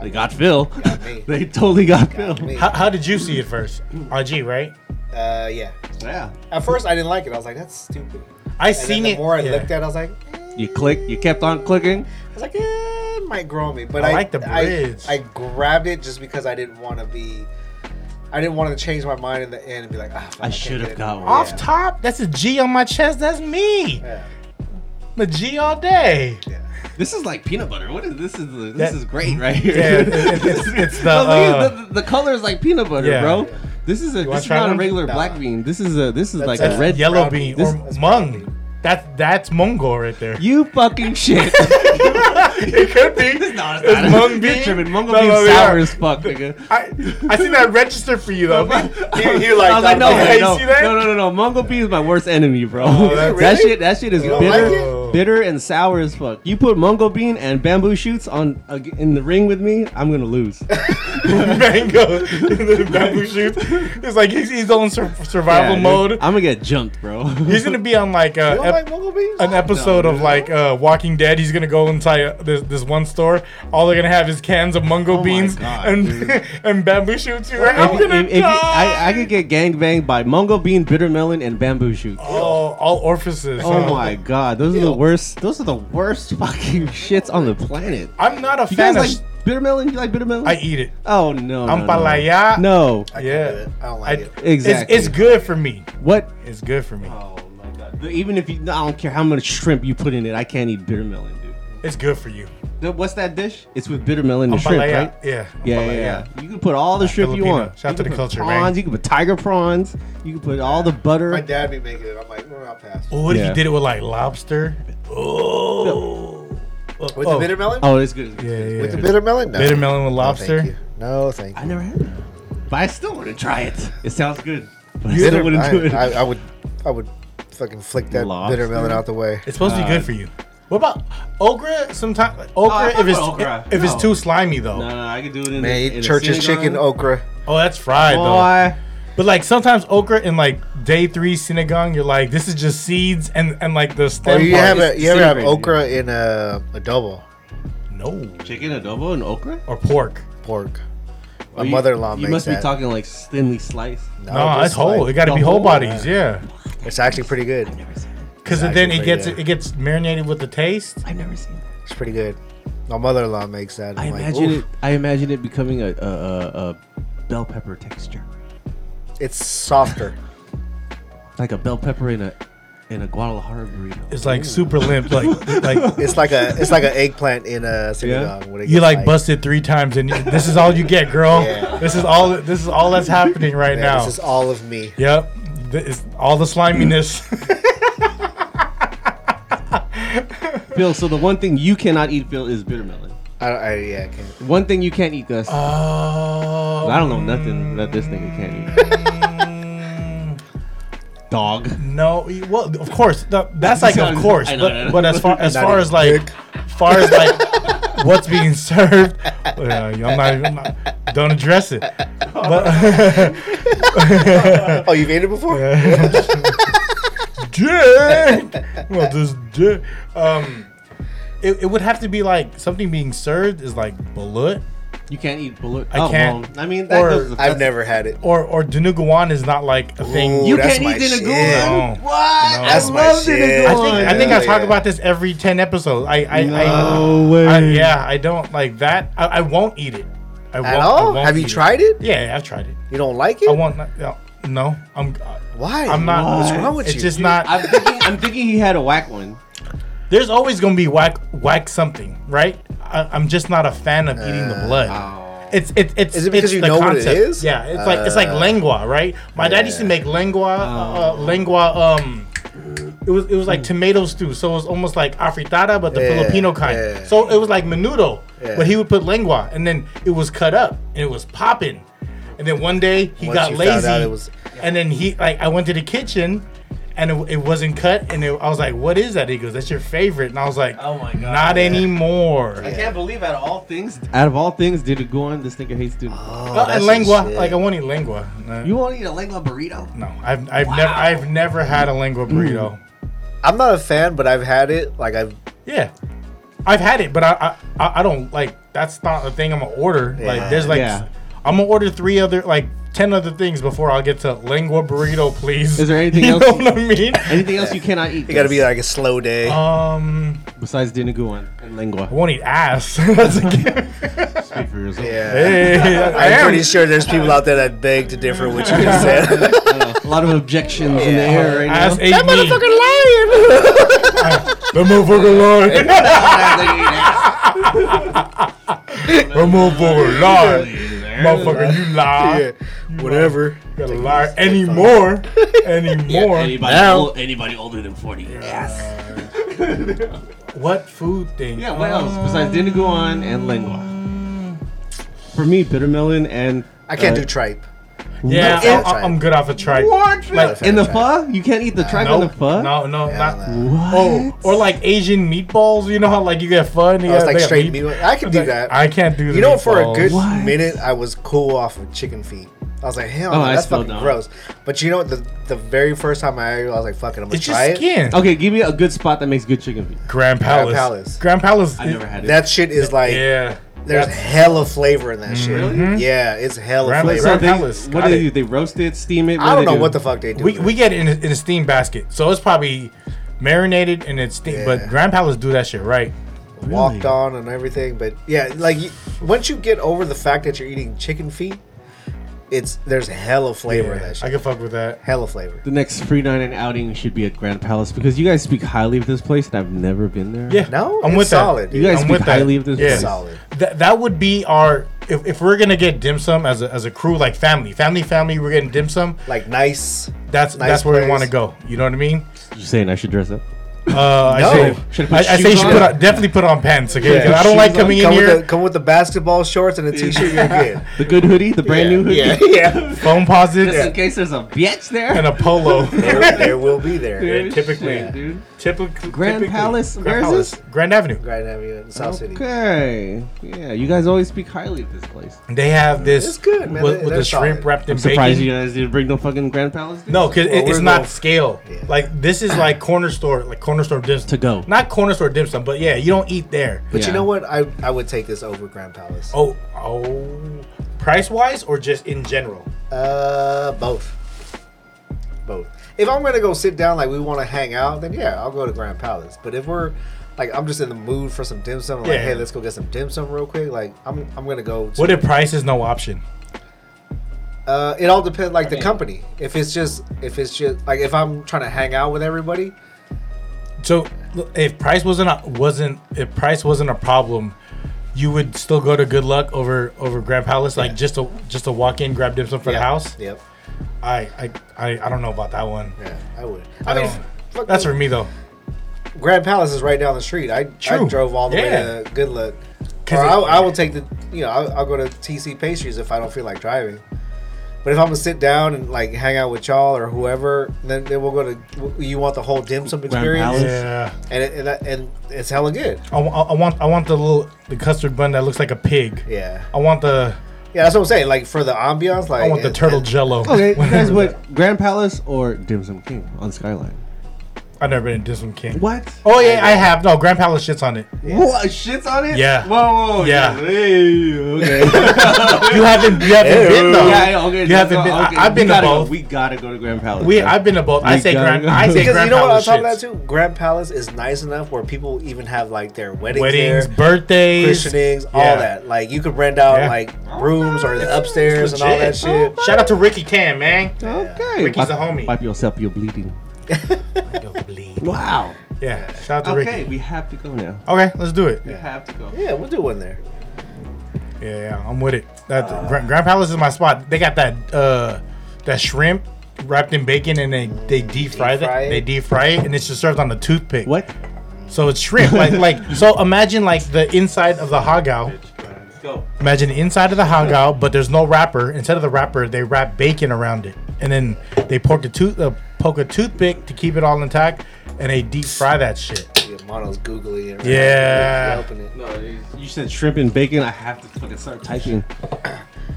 S2: They got Phil.
S3: Got me.
S2: *laughs* they totally got Phil.
S3: Got me.
S1: How, how did you see it first? RG, right?
S3: Uh, yeah.
S2: Yeah.
S3: At first, I didn't like it. I was like, "That's stupid."
S1: I
S3: And then
S1: seen
S3: the
S1: it.
S3: more I
S1: yeah.
S3: looked at, it, I was like, eh.
S2: You click. You kept on clicking.
S3: I was like, eh, it might grow on me, but
S1: I
S3: I,
S1: like the bridge.
S3: I, I grabbed it just because I didn't want to be. I didn't want to change my mind in the end and be like, ah, fuck,
S2: I
S3: can't
S2: should
S3: get
S2: have
S3: it
S2: got
S3: anymore."
S2: one.
S1: Off top, that's a G on my chest. That's me.
S3: Yeah,
S1: I'm a G all day.
S3: yeah.
S2: This is like peanut butter. What is this? Is the- this
S1: That-
S2: is great right here.
S1: Yeah, it- it- it's-
S2: *laughs*
S1: it's the,
S2: But look at
S1: uh,
S2: the, the color is like peanut butter,
S1: Yeah.
S2: bro. This is a
S1: wanna
S2: this is
S1: try
S2: not a
S1: one?
S2: regular
S3: Nah.
S2: black bean. This is a this is like
S3: That's
S2: a
S1: That's
S2: red
S1: yellow
S2: brown
S1: bean
S2: This-
S1: or mung. That's that's Mongol right there.
S2: You fucking *laughs* shit.
S1: *laughs* it could
S2: *laughs*
S1: be.
S2: no, it's
S1: It's mung bean.
S2: Tripping. Mungo
S1: No,
S2: bean
S1: no, we
S2: sour
S1: are.
S2: as fuck, nigga.
S1: I I seen that register for you
S2: *laughs*
S1: though. *laughs* You, you like,
S2: I was like, no,
S1: that.
S2: wait,
S1: You
S2: no,
S1: see that?
S2: no, no, no, no. Mungo bean is my worst enemy, bro.
S1: that's-
S2: Oh, *laughs* That Oh,
S3: Really?
S2: shit, that shit is
S3: You don't
S2: bitter,
S3: like
S1: it?
S2: bitter and sour as fuck. You put mungo bean and bamboo shoots on ag- in the ring with me, I'm gonna lose.
S1: Mango, *laughs* the bamboo shoots. It's like he's, he's on sur- survival
S2: Yeah, dude.
S1: mode.
S2: I'm gonna get jumped, *laughs* bro.
S1: He's gonna be on like
S3: You
S1: uh,
S3: don't
S1: ep-
S3: like Mongol beans?
S1: an episode of
S2: dude.
S1: like uh, Walking Dead. He's gonna go inside uh, this this one store. All they're gonna have is cans of mungo
S2: Oh my
S1: beans
S2: God,
S1: and
S2: dude.
S1: *laughs* and bamboo shoots. You're like,
S2: If-
S1: I'm gonna
S2: if- if you- I,
S1: die.
S2: I could get gangbanged by mungo bean, bitter melon, and bamboo shoots.
S1: Oh, all orifices. Uh,
S2: Oh
S1: huh?
S2: my god, those are the
S3: Ew.
S2: worst. Those are the worst fucking shits on the planet.
S1: I'm not a
S2: You
S1: fan
S2: guys
S1: of.
S2: like bitter melon? You like bitter melon?
S1: I eat it.
S2: oh no, no,
S1: Ampalaya.
S2: No, no.
S3: I can't
S1: Yeah.
S3: do it. I don't
S1: I,
S3: like it.
S2: Exactly.
S1: It's, it's good for me.
S2: what?
S1: It's good for me.
S2: Oh my god. But Even if you, I don't care how much shrimp you put in it, I can't eat bitter melon, dude.
S1: It's good for you.
S2: The- What's that dish? It's with bitter melon and shrimp,
S1: Ampalaya.
S2: right?
S1: Yeah.
S2: Yeah, yeah,
S1: ampalaya.
S2: yeah, You can put all the shrimp you
S1: Filipino.
S2: want.
S1: Shout out
S2: You
S1: to
S2: can
S1: the
S2: put
S1: culture, man.
S2: prawns, You can put tiger prawns. You can put all the butter.
S1: Oh.
S3: My dad be making it. I'm like, well, I'll pass.
S1: Or if
S2: Yeah.
S1: you did it with like lobster. Oh, Oh.
S3: With
S1: oh.
S3: the bitter melon?
S2: Oh, it's good. It's good.
S1: Yeah, yeah.
S3: With the bitter melon? No.
S1: Bitter melon with
S3: No, thank
S1: lobster.
S3: you. No, thank you.
S2: I never had it. But I still want to try it. It sounds good. But I
S3: Bitter,
S2: still wouldn't
S3: I,
S2: do it.
S3: I, I would, I would fucking flick that
S2: Lobster?
S3: bitter melon out the way.
S1: It's supposed to be
S2: Uh,
S1: good for you. What about okra? Sometimes
S3: Oh,
S2: I
S1: okra
S2: fuck
S1: if it's
S2: with okra.
S1: if it's
S2: No.
S1: too slimy though.
S2: no, no, I could do it in,
S3: Man,
S2: a,
S3: eat
S2: in a
S3: church's chicken
S2: synagogue.
S3: okra.
S1: Oh, that's fried though.
S2: Boy.
S1: But like sometimes okra in like day three sinigang, you're like, this is just seeds and and like the
S3: Or Oh,
S1: stem.
S3: you
S1: part
S3: have
S1: is
S3: a, you ever have
S2: disintegrated.
S3: okra in a adobo
S1: no
S2: Chicken adobo and okra?
S1: or pork.
S3: pork? My
S2: Or you-
S3: mother-in-law
S2: You
S3: makes
S2: must
S3: that.
S2: be talking like thinly sliced.
S1: No, that's whole. it got to
S2: the
S1: be whole
S2: whole,
S1: bodies, yeah.
S3: It's actually pretty good.
S1: Because then
S3: Exactly,
S1: it gets
S3: yeah.
S1: it gets marinated with the taste.
S2: I've never seen that.
S3: It's pretty good. My mother-in-law makes that.
S2: I
S3: I'm like,
S2: imagine
S3: "Oof."
S2: it. I imagine it becoming a, a, a, a bell pepper texture,
S3: It's softer.
S2: like a bell pepper in a in a Guadalajara burrito.
S1: It's like super limp,
S3: *laughs*
S1: like like
S3: It's like a, it's like an eggplant in a synagogue. when it
S1: you
S3: gets
S1: like busted three times, and you- this is all you get, girl.
S3: Yeah.
S1: This is all this is all that's happening right
S3: Man,
S1: now.
S3: This is all of me.
S1: Yep. Th- It's all
S3: *clears throat*
S1: the sliminess. *laughs*
S2: Phil, so the one thing you cannot eat, Phil, is bitter melon.
S3: I, I yeah. I can't.
S2: One thing you can't eat, Gus.
S1: Oh.
S2: I don't know nothing that this nigga can't
S3: *laughs*
S2: eat. Dog.
S1: No, you- well, of course. the- that's like, of
S2: Sorry.
S1: course.
S2: I know, I
S1: But,
S2: know.
S1: but as far as
S3: Not
S1: far
S3: even
S1: as like, far as
S3: *laughs*
S1: like, what's being served, uh, I'm, not, I'm not. Don't address it. But *laughs*
S3: Oh, you've ate it before? *laughs*
S1: dick. Well, this dick. Um, it, it would have to be like something being served is like balut
S2: You can't eat bullet.
S1: I
S2: oh,
S1: can't.
S2: well, I mean, that
S1: Or-
S2: goes.
S3: I've never had it.
S1: or or dinuguan is not like a thing.
S3: Ooh,
S2: You
S3: Oh, that's
S2: can't
S3: my
S2: eat dinner
S3: shit.
S2: gourd?
S1: No.
S2: What? I
S3: That's my
S2: love dinner
S3: shit.
S1: I
S2: gourd.
S1: think I,
S3: Yeah,
S1: think I talk
S3: yeah.
S1: about this every ten episodes. I I,
S2: No
S1: I,
S2: way.
S1: I- yeah, I don't like that. I, I won't eat it. I won't,
S3: At
S1: I
S3: all?
S1: won't
S3: Have you
S1: eat
S3: tried it?
S1: Yeah, I've tried it.
S3: You don't like
S1: I
S3: it?
S1: won't. No, no, I'm. uh,
S3: Why?
S1: I'm not.
S2: Why?
S3: What's wrong with
S1: it's
S3: you?
S1: just not.
S2: I'm thinking, I'm thinking he had a whack one.
S1: there's always gonna be whack whack something, right? I, I'm just not a fan of eating the blood. It's it's it's
S3: Is it because
S1: it's
S3: you
S1: the
S3: know what it
S1: concept.
S3: is?
S1: Yeah, it's like it's like lengua, right? My dad used to
S3: yeah.
S1: make lengua, uh, uh, lengua. Um, it was it was like tomato stew, so it was almost like afritada, but the
S3: Yeah,
S1: Filipino kind.
S3: yeah.
S1: So it was like menudo,
S3: Yeah.
S1: but he would put lengua, and then it was cut up and it was popping. And then one day he
S3: Once
S1: got
S3: you found
S1: lazy,
S3: out it was-
S1: and then he like I went to the kitchen, and it, it wasn't cut, and it, I was like, "What is that?" He goes, "That's your favorite," and I was like,
S2: Oh my God.
S1: not anymore."
S2: I can't believe out of all things, out of all things, did it go on? This nigga hates dinner.
S3: Oh,
S1: Uh,
S3: that's some
S1: and lengua,
S3: shit.
S1: like I won't eat lengua. Nah.
S2: you want to eat a lengua burrito?
S1: Uh, no, I've I've never I've never had a
S2: Mm.
S1: lengua burrito.
S3: I'm not a fan, but I've had it. Like I've
S1: Yeah, I've had it, but I I, I- I don't like. That's not a thing I'm gonna order. Like there's like
S2: Yeah.
S1: I'm gonna order three other like ten other things before I'll get to lengua burrito, please.
S2: Is there anything
S1: *laughs* you
S2: else-
S1: Know what I
S2: *laughs*
S1: mean?
S2: Anything else you cannot eat?
S3: it got to be
S2: Gus,
S3: like a slow day.
S1: um,
S2: besides dinner going and
S1: I
S2: lengua.
S1: won't eat ass. *laughs* That's
S2: *laughs*
S1: a-
S2: Speak for yourself.
S3: yeah.
S1: hey, I
S3: I'm
S1: am.
S3: pretty sure there's people out there that beg to differ with you just
S1: *laughs*
S3: said.
S2: Uh, a lot of objections in the
S3: Yeah.
S2: air right
S1: Ass
S2: now.
S1: ate me.
S3: lying.
S1: That motherfucker lying. That motherfucker lying. Motherfucker, you lie.
S3: *laughs* Whatever.
S1: gotta lie anymore. anymore.
S2: Anybody,
S3: Now-
S2: ol- anybody older than 40. Yes.
S1: What food thing?
S2: Yeah, what else besides dinner going and lengua? For me, bitter melon and.
S3: I can't
S2: uh,
S3: do tripe.
S1: Yeah,
S3: Yeah.
S1: I, I, I'm good off a tripe.
S2: What?
S1: Like-
S2: in the pho? You can't eat the tripe in
S1: No,
S2: the pho?
S1: no, no, not.
S3: nah.
S2: What?
S1: Oh, or like Asian meatballs. You know how like you get fun. You
S3: I was
S1: got-
S3: Oh, like
S1: they got
S3: straight meat. I can do that.
S1: I can't do. the
S3: you know, for a
S1: meatballs.
S3: good
S2: What?
S3: minute, I was cool off of chicken feet. I was like, hell,
S2: Oh,
S3: no,
S2: I
S3: that's
S2: still
S3: fucking
S2: don't.
S3: gross. But you know, what? the the very first time I ate it, I was like, fuck it, I'm gonna
S1: It's
S3: try
S1: just
S3: it.
S1: skin.
S2: Okay, give me a good spot that makes good chicken feet.
S1: Grand Palace.
S3: Palace.
S1: Grand Palace.
S2: I never had it.
S3: That shit is like,
S1: Yeah.
S3: there's
S1: That's- Mm-hmm.
S3: hella flavor in that shit.
S2: Really?
S3: Yeah, it's hella
S1: Grand-
S3: flavor.
S1: Grand-
S2: they,
S1: Palace,
S2: what
S1: got
S2: do they
S1: it.
S2: do? They roast it, steam
S3: I
S2: it. do
S3: don't
S2: they
S3: know
S2: do?
S3: what the fuck they do.
S1: we
S3: with
S1: we
S3: it.
S1: get it in a, in a steam basket, so it's probably marinated and it's steam. But
S3: Yeah.
S1: Grand Palace do that shit right.
S3: walked on and everything, but yeah, like you, once you get over the fact that you're eating chicken feet, it's there's hella flavor in
S1: Yeah,
S3: that shit.
S1: I can fuck with that.
S3: hella flavor.
S2: The next free night and outing should be at Grand Palace because you guys speak highly of this place, and I've never been there.
S1: Yeah,
S3: No,
S1: I'm
S3: it's
S1: with that.
S3: solid, dude.
S2: You guys
S1: I'm
S2: speak
S1: with that.
S2: highly of this
S1: Yeah.
S2: place.
S3: Solid.
S1: That that would be our if, if we're gonna get dim sum as a, as a crew like family family family we're getting dim sum
S3: Like nice.
S1: that's
S3: Nice
S1: that's where we
S3: place.
S1: want to go you know what I mean
S2: You're saying I should dress up?
S1: Uh,
S3: No.
S1: I say,
S2: Should've
S1: I,
S2: put
S1: I say
S2: shoes
S1: you should
S2: on.
S1: put on, definitely put on pants. Okay,
S3: Yeah.
S1: 'Cause I don't like
S2: Shoes on.
S1: coming in
S3: Come with,
S1: here.
S3: the, come with the basketball shorts and a t-shirt, you're
S1: *laughs*
S3: good.
S2: The good hoodie, the brand new hoodie.
S3: Yeah,
S2: *laughs*
S3: yeah.
S1: Phone posits
S5: Just in case there's a bitch there.
S1: and a polo.
S3: There, there will be there.
S5: Dude,
S1: typically.
S5: shit, dude.
S1: typically,
S2: Grand
S1: typically-
S2: Palace,
S1: Grand
S2: where is
S1: Palace, Grand Avenue.
S3: Grand Avenue in South City.
S2: Okay. Yeah, you guys always speak highly of this place.
S1: They have this
S3: It's good, man.
S1: with,
S3: They-
S1: with
S3: they're
S1: the shrimp
S3: solid.
S1: wrapped in
S2: I'm surprised
S1: bacon.
S2: you guys didn't bring no fucking Grand Palace. dude.
S1: No, because
S3: Well,
S1: it, it's
S3: we're
S1: not
S3: going-
S1: scale.
S3: Yeah.
S1: Like this is like corner store, like corner store dim sum.
S2: To go.
S1: Not corner store dim sum, but yeah, you don't eat there.
S3: But
S2: Yeah.
S3: you know what? I, I would take this over Grand Palace.
S1: Oh, oh, price wise or just in general?
S3: Uh, both. Both. If I'm gonna go sit down, like we want to hang out, then yeah, I'll go to Grand Palace. But if we're like, I'm just in the mood for some dim sum. Like,
S1: Yeah.
S3: hey, let's go get some dim sum real quick. Like, I'm I'm gonna go. To,
S1: What if price is no option?
S3: uh, it all depends, like the
S5: mean-
S3: company. If it's just, if it's just, like if I'm trying to hang out with everybody,
S1: So l- if price wasn't a, wasn't if price wasn't a problem, you would still go to Good Luck over over Grand Palace, like just to just to walk in, grab dim sum for
S3: Yeah.
S1: the house.
S3: Yep.
S1: I, I I I don't know about that one.
S3: Yeah, I would.
S1: I
S3: I, mean,
S1: don't-
S3: fuck
S1: That's
S3: the-
S1: for me though.
S3: Grand Palace is right down the street. I, I
S1: True.
S3: drove all the
S1: Yeah.
S3: way to Good Luck.
S1: 'Cause
S3: Or I,
S1: it-
S3: I will take the, you know, I'll, I'll go to TC Pastries if I don't feel like driving. But if I'm gonna sit down and like hang out with y'all or whoever, then, then we'll go to. w- You want the whole dim sum
S2: Palace?
S3: experience,
S1: Yeah,
S3: and it, and, that, and it's hella good.
S1: I, wa- I want I want the little the custard bun that looks like a pig.
S3: Yeah,
S1: I want the
S3: yeah, that's what I'm saying. Like for the ambiance, like
S1: I want the
S3: it-
S1: turtle
S3: it-
S1: jello.
S2: *laughs*
S1: *laughs*
S2: Okay, you guys, what *laughs* Grand Palace or Dim Sum King on Skyline?
S1: I've never been to Disney King.
S2: What?
S1: Oh yeah, I have. No, Grand Palace shits on it.
S2: What shits on it?
S1: Yeah.
S2: Whoa, whoa,
S1: Yeah.
S2: Hey, okay. *laughs*
S1: You haven't you haven't been though.
S2: yeah, okay.
S1: You haven't
S2: no,
S1: been.
S2: okay,
S1: I, have
S2: we
S1: been to
S2: gotta go-
S1: both.
S2: We gotta go to Grand Palace.
S1: We
S2: bro.
S1: I've been to both. I
S2: We
S1: say
S2: gotta
S1: Grand.
S2: go.
S1: I say
S3: Because
S1: Grand
S3: you know what? On
S1: Palace
S3: top of that
S1: shits.
S3: too, Grand Palace is nice enough where people even have like their weddings,
S1: Weddings,
S3: there,
S1: birthdays,
S3: christenings,
S1: Yeah.
S3: all that. Like you could rent out
S1: Yeah.
S3: like rooms or the upstairs and all that
S1: Legit.
S3: shit.
S1: Shout out to Ricky Tam, man.
S2: Okay.
S1: Ricky's a
S2: Wipe-
S1: homie.
S2: Wipe yourself. You're bleeding. Wow.
S1: Yeah, shout out to
S2: Okay,
S1: Ricky.
S2: we have to go now.
S1: Okay, let's do it.
S2: We have to go.
S3: Yeah, we'll do one there.
S1: Yeah, yeah, I'm with it. That Grand, Grand Palace is my spot. They got that uh that shrimp wrapped in bacon and they they deep fry
S3: Deep fry
S1: that.
S3: it.
S1: They deep fry it and it's just served on a toothpick.
S2: What?
S1: So it's shrimp. like like so imagine like the inside of the hogao.
S2: Let's go.
S1: Imagine the inside of the hogao, but there's no wrapper. Instead of the wrapper, they wrap bacon around it, and then they poke a tooth, uh, poke a toothpick to keep it all intact, and they deep fry that shit.
S3: Yeah, Mono's googly. And
S1: Yeah.
S3: Open it.
S2: No, you- you said shrimp and bacon. I have to fucking start typing.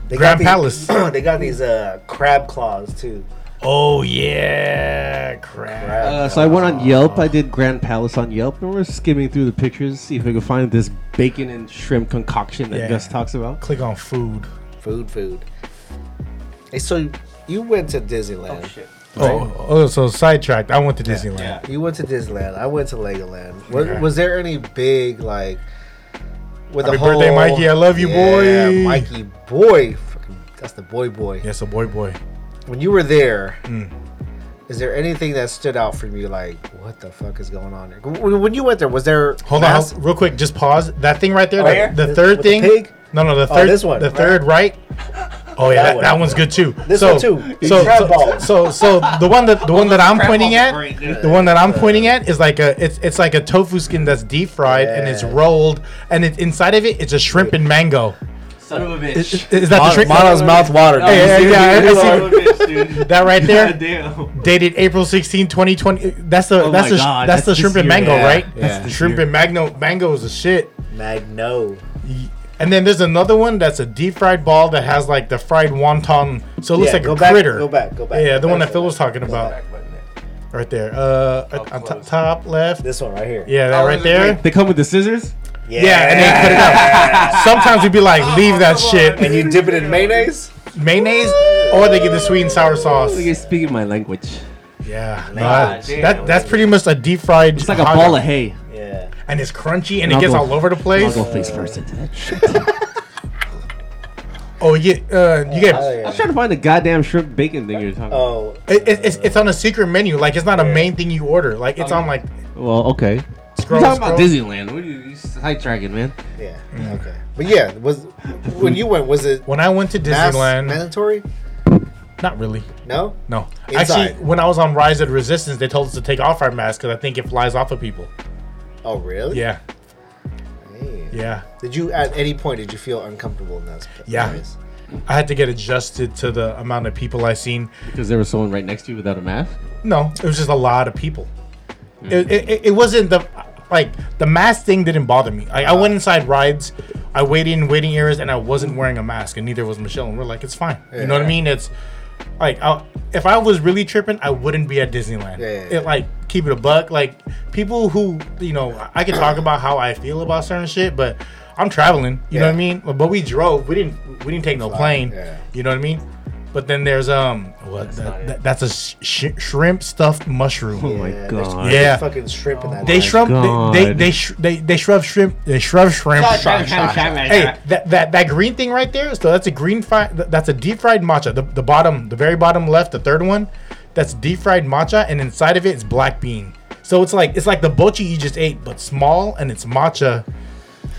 S3: They
S1: Grand
S3: got
S1: Palace.
S3: these, *clears throat* they got these uh, crab claws too.
S1: Oh yeah, crap.
S3: Crab
S2: Uh, so I went on Yelp. I did Grand Palace on Yelp, and we're skimming through the pictures, see if we can find this bacon and shrimp concoction that
S1: Yeah.
S2: Gus talks about.
S1: Click on food.
S3: food, food. Hey, so you- you went to Disneyland.
S1: Oh, oh, so sidetracked. I went to Disneyland.
S3: You went to Disneyland. I went to Legoland. Was, was there any big like with
S1: Happy birthday, Mikey. I love you,
S3: Yeah,
S1: boy.
S3: Mikey, boy. Fucking, that's the boy, boy.
S1: Yes, a boy, boy.
S3: When you were there, is
S1: Hmm.
S3: there anything that stood out for you? Like, what the fuck is going on? There? When, when you went there, was there
S1: Hold
S3: mass- Oh,
S1: on, real quick. Just pause. That thing right there.
S3: Right
S1: the,
S3: here?
S1: the
S3: This-
S1: third
S3: with the
S1: thing.
S3: pig?
S1: No, no, the
S3: Oh,
S1: third.
S3: this one,
S1: The
S3: right? *laughs*
S1: third right. Oh yeah, that,
S3: That
S1: that,
S3: one.
S1: one's good too.
S3: This
S1: so,
S3: one, too.
S1: So,
S3: Crab
S1: so,
S3: balls.
S1: so, so the one that the one that I'm
S5: crab
S1: pointing
S5: balls are
S1: at,
S5: great, dude.
S1: the one that I'm pointing at is like a it's it's like a tofu skin that's deep fried and it's
S3: Yeah.
S1: rolled and it's inside of it it's a shrimp and mango.
S5: Son of a
S1: Is,
S5: bitch.
S1: is- is that the shrimp?
S3: Mono's mouth watered.
S1: Yeah, yeah, yeah, I- I see- that
S3: *laughs*
S1: right there?
S5: Goddamn.
S1: dated April 16, 2020. That's the
S2: Oh
S1: that's
S2: my
S1: the sh-
S2: God,
S1: that's,
S2: that's
S1: the
S2: this
S1: shrimp and
S2: year.
S1: mango,
S3: Yeah,
S1: right?
S3: yeah.
S1: That's the shrimp and mango mango is a shit.
S3: Magno.
S1: And then there's another one that's a deep fried ball that has like the fried wonton, so it looks
S3: Yeah,
S1: like
S3: go
S1: a
S3: back-
S1: critter.
S3: go back, go back,
S1: Yeah,
S3: go
S1: the one
S3: back, go
S1: that Phil was
S3: back,
S1: talking about right there. Uh, at- on top,
S5: close.
S1: top left.
S3: This one right here.
S1: yeah, that
S5: Oh,
S1: right
S5: wait,
S1: there.
S2: They come with the scissors.
S3: Yeah.
S1: Yeah, and then cut it out. Sometimes we'd be like, leave that
S5: come
S1: shit.
S3: *laughs*
S5: on.
S3: And you dip it in mayonnaise?
S1: Mayonnaise, or they get the sweet and sour sauce.
S2: Look, you're speaking my language.
S1: Yeah, no,
S5: God damn.
S1: that that's pretty much a deep fried.
S2: It's like a ball of hay.
S3: Yeah.
S1: and it's crunchy and
S2: I'll
S1: it gets
S2: go-
S1: all over the
S2: I'll
S1: place.
S2: go face first into that shit.
S1: Oh yeah, uh, you get.
S3: Oh,
S1: it,
S2: I'm
S3: yeah.
S2: trying to find the goddamn shrimp bacon thing you're talking. about.
S3: Oh,
S1: it, it's, it's on a secret menu. Like it's not a main thing you order. Like
S3: Oh,
S1: it's on like
S2: Well, okay.
S1: scroll.
S2: We're talking about
S1: scroll.
S2: Disneyland. What are you, you sidetracking, man?
S3: yeah.
S1: Hmm.
S3: Okay. But yeah, was when you went, was it
S1: When I went to
S3: mass
S1: Disneyland,
S3: mandatory?
S1: Not really.
S3: No?
S1: No.
S3: Inside.
S1: Actually, when I was on Rise of the Resistance, they told us to take off our masks because I think it flies off of people.
S3: Oh, really?
S1: Yeah.
S3: Man.
S1: Yeah.
S3: Did you, at any point, did you feel uncomfortable in that space?
S1: Yeah. I had to get adjusted to the amount of people I seen.
S2: Because there was someone right next to you without a mask.
S1: No, it was just a lot of people. It, it, it wasn't the like the mask thing didn't bother me. I, I
S3: Uh-huh.
S1: went inside rides, I waited in waiting areas, and I wasn't wearing a mask, and neither was Michelle. And we're like, it's fine. You know what I
S3: Yeah.
S1: mean? It's like I, if I was really tripping, I wouldn't be at Disneyland.
S3: Yeah, yeah, yeah.
S1: It like keep it a buck. Like people who you know, I- I can talk about how I feel about certain shit, but I'm traveling. You know
S3: Yeah.
S1: what I mean? But we drove. We didn't. We didn't take no plane.
S3: yeah.
S1: You know what I mean? But then there's um, what that's, that, that- that's a sh- shrimp stuffed mushroom.
S2: Oh my
S3: Yeah, there's-
S2: god.
S1: Yeah.
S3: Fucking shrimp in that.
S1: They
S3: line.
S1: shrimp.
S2: God.
S1: They they they, sh- they they shrub shrimp. They shrub shrimp.
S2: *laughs*
S1: Hey, that, that that green thing right there. So that's a green fried. That's a deep fried matcha. The, the bottom, the very bottom left, the third one. That's deep fried matcha, and inside of it is black bean. So it's like it's like the bochi you just ate, but small, and it's matcha.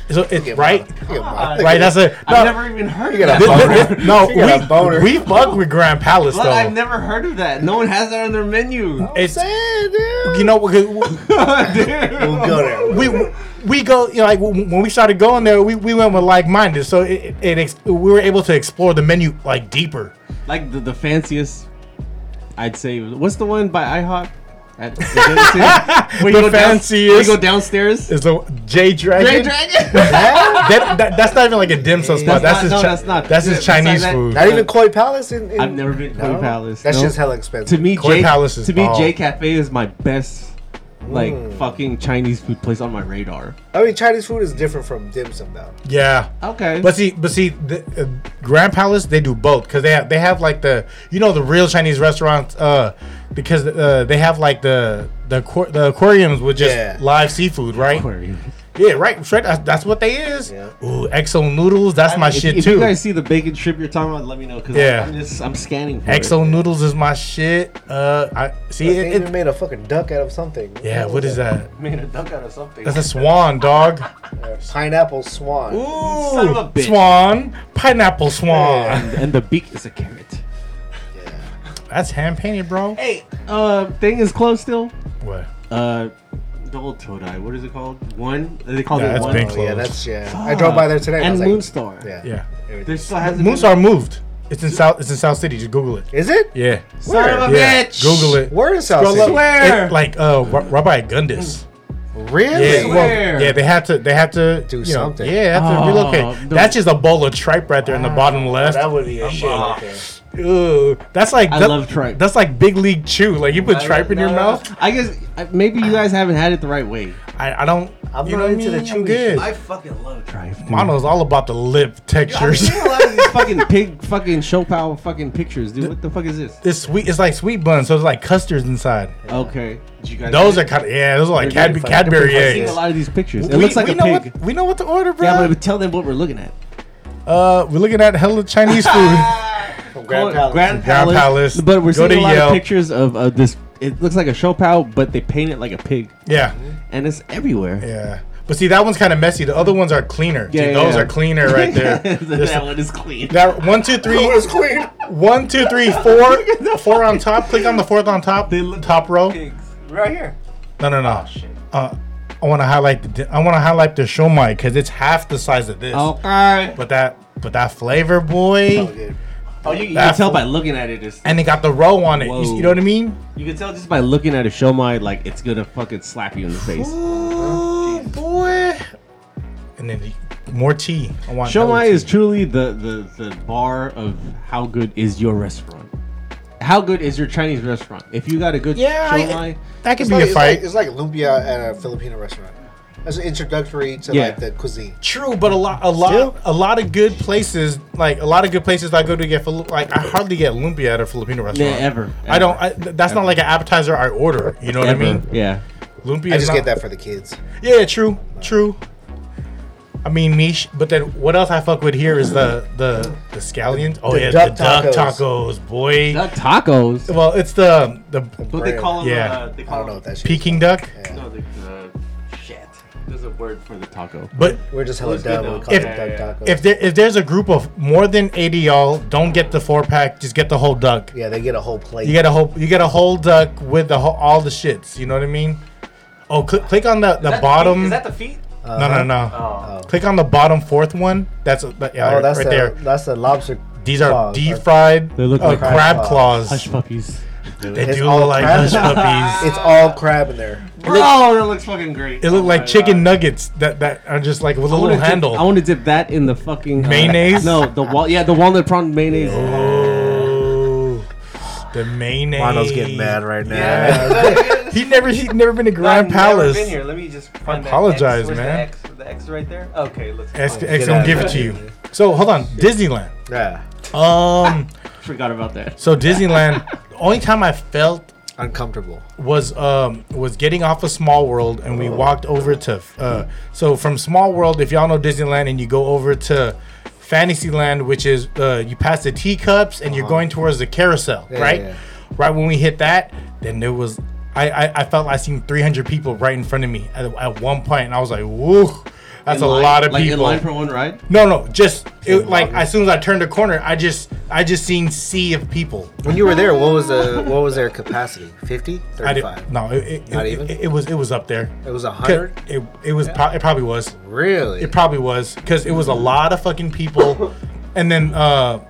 S1: So it's right,
S3: Look at my-
S1: right. That's a no.
S5: I've never even heard of
S3: got
S5: that.
S3: a
S1: Thi-
S5: before.
S1: thi- thi-
S3: *laughs*
S1: no,
S3: You got a boner.
S1: we, we fuck with Grand Palace
S5: But
S1: though.
S5: I've never heard of that. No one has that on their menu.
S1: it's
S3: Sad, dude.
S1: you know because
S5: Dude.
S3: We'll go there.
S1: we we go you know like w- when we started going there we, we went with like-minded so it, it, it ex- we were able to explore the menu like deeper
S2: Like the, the fanciest, I'd say. What's the one by IHOP?
S1: *laughs*
S2: At, is it- is it- we
S1: The
S2: go down-
S1: fanciest.
S2: we go downstairs.
S1: is the J Dragon
S5: Ray
S1: *laughs*
S5: Dragon.
S1: that, that, that's not even like a dim sum spot that's
S2: That's
S1: just
S2: not-
S1: Chi-
S2: no, that's not.
S1: that's just
S2: Yeah, besides
S1: Chinese
S2: that-
S1: food
S3: Not even Koi Palace in. in
S2: I've never been to Koi
S3: No?
S2: Palace.
S3: That's
S2: no.
S3: just hella
S2: To
S3: expensive.
S2: me,
S1: Koi
S2: J,
S1: Palace is Mm.
S2: to me,
S1: bomb.
S2: J Cafe is my best, like fucking Chinese food place on my radar.
S3: I mean, Chinese food is different from dim sum though.
S1: yeah
S2: Okay,
S1: but see but see the, uh, Grand Palace they do both because they have they have like the you know the real Chinese restaurants uh because uh, they have like the the aqua- the aquariums with just
S3: Yeah.
S1: live seafood right
S2: *laughs* Aquarius.
S1: yeah right straight that's, that's what they is
S3: Yeah.
S1: ooh exo noodles that's my
S2: if,
S1: shit
S2: if
S1: too
S2: you guys see the bacon strip you're talking about, let me know because
S1: Yeah.
S2: I'm just I'm scanning for it.
S1: Exo noodles is my shit. Uh, I see
S3: They
S1: it.
S3: even
S1: it-
S3: made a fucking duck out of something.
S1: yeah, what is that?
S2: Made a duck out of something.
S1: That's a swan, dog.
S3: Pineapple swan. Oh,
S1: Ooh,
S2: of a bitch.
S1: swan, pineapple swan.
S2: and the beak is a carrot.
S1: That's hand painted, bro.
S2: Hey, uh, thing is closed still.
S1: What?
S2: Uh, the old Todai. What is it called? One? They call
S1: Yeah,
S2: it
S1: that's
S2: one.
S1: big.
S3: Oh, yeah,
S1: Closed.
S3: that's yeah. I drove by there today.
S2: And
S3: I was
S2: Moonstar.
S3: like, yeah.
S1: Yeah,
S2: There still hasn't been-
S1: Moonstar moved. It's in South. It's in South City. Just Google it.
S3: Is it?
S1: Yeah.
S5: Son of a
S1: Yeah.
S5: bitch.
S1: Google it.
S3: Where in South
S1: Scroll
S3: City?
S1: up.
S5: Where?
S1: It- like uh, Ra- Rabbi Gundis.
S3: Really?
S1: Yeah,
S5: Swear.
S1: well, yeah, they had to. They had to
S3: Do
S1: you know,
S3: something.
S1: yeah, they had to
S2: Oh,
S1: relocate.
S2: the-
S1: That's just a bowl of tripe right there in the bottom
S3: Oh,
S1: left.
S3: that would be a shit. right there.
S1: Ugh, that's like
S2: I
S1: that-
S2: love tripe.
S1: That's like big league chew. Like you put tripe in your mouth.
S2: I guess I- maybe you guys haven't had it the right way.
S1: I, I don't.
S3: I'm
S1: you
S3: not
S1: know what I
S3: into the
S1: mean? I'm
S3: chewy
S1: good.
S5: I fucking love Dragon.
S2: Tripe. dude.
S1: Mono's all about the lip
S2: I'm
S1: textures.
S2: seeing a lot of these fucking pig, fucking Chopin fucking pictures, dude. What the fuck is this?
S1: *laughs* it's sweet. It's like sweet bun, so it's like custards inside.
S2: Okay, Did you guys
S1: Those are kind of yeah. Those are like Cadbury,
S3: fucking-
S1: Cadbury
S2: I've seen a
S1: eggs.
S2: lot of these pictures. It
S1: we,
S2: looks like
S1: we
S2: a
S1: know
S2: pig.
S1: What, we know what to order, bro.
S2: Yeah, but tell them what we're looking at.
S1: uh, we're looking at hella Chinese food.
S3: *laughs* From Grand
S2: Call it
S3: Palace.
S2: Grand
S1: Grand
S2: Palace.
S1: Palace.
S2: But we're
S1: Go
S2: seeing
S1: to
S2: a lot
S1: Yelp.
S2: of pictures of uh, this. It looks like a Chopin, but they paint it like a pig,
S1: yeah,
S2: and it's everywhere.
S1: yeah. But see, that one's kind of messy. The other ones are cleaner.
S2: Yeah,
S1: Dude,
S2: yeah,
S1: those
S2: yeah.
S1: are cleaner
S2: *laughs*
S1: right there. Just-
S2: that one is clean.
S1: that one, two, three.
S3: It's clean.
S1: One, two, three, four. Four on top. Click on the fourth on top. top row.
S5: Right here.
S1: No, no,
S2: Oh,
S1: no. uh, I want to highlight the. di- I want to highlight the shomai because it's half the size of this.
S2: Oh. Okay.
S1: But that, but that flavor, boy.
S2: Oh, you, you can
S1: That
S2: tell
S1: fool-
S2: by looking at it. It's,
S1: And it got the row on it. You, s- you know what I mean?
S2: you can tell just by looking at a shomai, like it's gonna fucking slap you in the face. Oh,
S1: Ooh, boy. And then the- more tea. I want hella
S2: Shomai
S1: tea.
S2: is truly the, the the bar of how good is your restaurant. How good is your Chinese restaurant? If you got a good
S1: Yeah, I-
S2: shomai,
S1: That could
S3: It's
S1: be
S3: like,
S1: a
S3: it's, like,
S1: fight.
S3: it's like lumpia at a Filipino restaurant. That's an introductory to
S2: Yeah.
S3: like the cuisine.
S1: True, but a lot, a lot,
S3: Still?
S1: a lot of good places. Like a lot of good places I go to get. Fili- Like I hardly get lumpia at a Filipino
S2: yeah,
S1: restaurant.
S2: ever,
S1: I don't. I, th- that's not like an appetizer I order. You know what
S2: ever,
S1: I mean?
S2: yeah.
S1: Lumpia.
S3: I
S1: is
S3: just
S1: not-
S3: get that for the kids.
S1: Yeah, true, true. I mean niche, but then what else I fuck with here is the the the scallions. Oh
S3: The
S1: yeah,
S3: duck
S1: the duck
S3: tacos.
S1: tacos, boy.
S2: Not tacos.
S1: Well, it's the the
S2: What they call them?
S1: Yeah.
S2: Uh, they
S3: I
S2: call
S3: don't know what
S2: them.
S3: that shit.
S1: Peking duck.
S3: Is. Yeah.
S2: No, the, the shit. There's a word for the taco.
S1: But
S3: We're just hella
S2: It's good
S3: dumb. We
S2: though.
S3: call it
S1: If-
S3: duck taco.
S1: if there, if there's a group of more than 80 y'all, don't get the four pack. Just get the whole duck.
S3: yeah, they get a whole plate.
S1: You get a whole you get a whole duck with the whole, all the shits. You know what I mean? Oh, click click on the, the
S5: that
S1: bottom.
S5: The feet? Is that the feet?
S2: Uh,
S1: no, no, no.
S5: Oh.
S1: Click on the bottom fourth one. That's a, that- yeah,
S3: oh, that's
S1: right
S3: the,
S1: there.
S3: That's the lobster.
S1: These are
S3: claws.
S1: defried
S2: They look
S1: uh,
S2: like crab
S1: crab
S3: claws.
S1: claws.
S2: Hush puppies.
S1: They
S3: It's
S1: do
S3: all
S1: look like
S3: crab.
S1: hush puppies.
S3: It's all crab in there.
S2: Bro, that looks fucking great.
S1: It looked
S2: Oh
S1: like
S2: my
S1: chicken
S2: God.
S1: nuggets that, that are just like with a
S2: I wanna
S1: little
S2: dip- I
S1: handle.
S2: want to dip that in the fucking uh,
S1: Mayonnaise?
S2: no, the wal. Yeah, the walnut prawn mayonnaise.
S1: Oh, the mayonnaise.
S3: Arnold's getting mad right now.
S5: Yeah.
S1: He never he never
S5: *laughs*
S1: been to Grand
S5: I've never
S1: Palace.
S5: Been here. Let me just find that
S1: apologize,
S5: X. Where's
S1: man.
S5: The X? the X right there. Okay, let's.
S1: X,
S5: find it.
S1: X
S3: out
S1: don't
S3: of
S1: give it to
S3: here.
S1: you. So hold on,
S5: *laughs*
S1: Disneyland.
S3: Yeah.
S1: Um,
S2: Forgot about that.
S1: so Disneyland. The only time I felt
S3: *laughs* Uncomfortable.
S1: was um was getting off of Small World and we walked over to uh so from Small World if y'all know Disneyland and you go over to Fantasyland which is uh you pass the teacups and you're going towards the carousel
S3: Uh-huh. Yeah,
S1: right
S3: yeah.
S1: right when we hit that then there was I I, I felt I seen 300 people right in front of me at, at one point and I was like woo that's a lot of
S2: like
S1: people
S2: in line for one ride.
S1: no no just it, like as soon as I turned the corner I just I just seen sea of people
S3: When you were there, what was the what was their capacity? 50?
S1: I
S3: 35?
S1: didn't no it, it,
S3: Not
S1: it-
S3: even?
S1: it, it was it was up there
S3: It was a
S1: Ca-
S3: 100?
S1: It, it was pro- it probably was
S3: Really?
S1: it probably was because it was a lot of fucking
S3: *laughs*
S1: people, and then uh,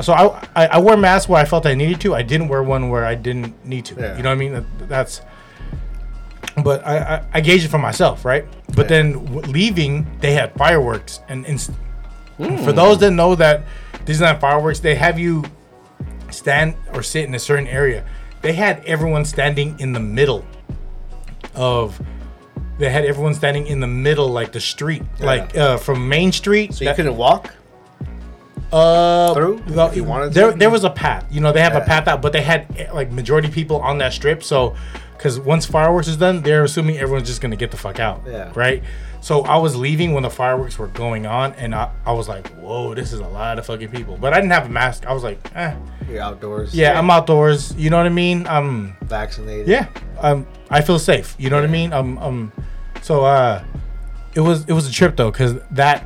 S1: so I, I I wore masks where I felt I needed to. I didn't wear one where I didn't need to.
S3: Yeah.
S1: You know what I mean? That- That's. But I I, I gauge it for myself, right? But
S3: Yeah.
S1: then w- leaving, they had fireworks, and, and s-
S3: Hmm.
S1: for those that know that Disneyland fireworks, they have you stand or sit in a certain area. They had everyone standing in the middle of. They had everyone standing in the middle, like the street, like uh, from Main Street.
S3: so you
S1: that-
S3: couldn't walk?
S1: uh,
S3: through
S1: the-
S3: if you wanted
S1: there,
S3: to?
S1: there was a path. You know, they have a
S3: Yeah.
S1: path out, but they had eh, like majority people on that strip. So, because once fireworks is done, they're assuming everyone's just gonna get the fuck out.
S3: Yeah.
S1: Right. So I was leaving when the fireworks were going on, and I, I was like, "Whoa, this is a lot of fucking people." But I didn't have a mask. I was like, eh,
S3: You're outdoors.
S1: "Yeah, I'm outdoors." You know what I mean? Um,
S3: Vaccinated.
S1: yeah, um, I feel safe. You know what I mean? Um, um, so uh, it was it was a trip though, cause that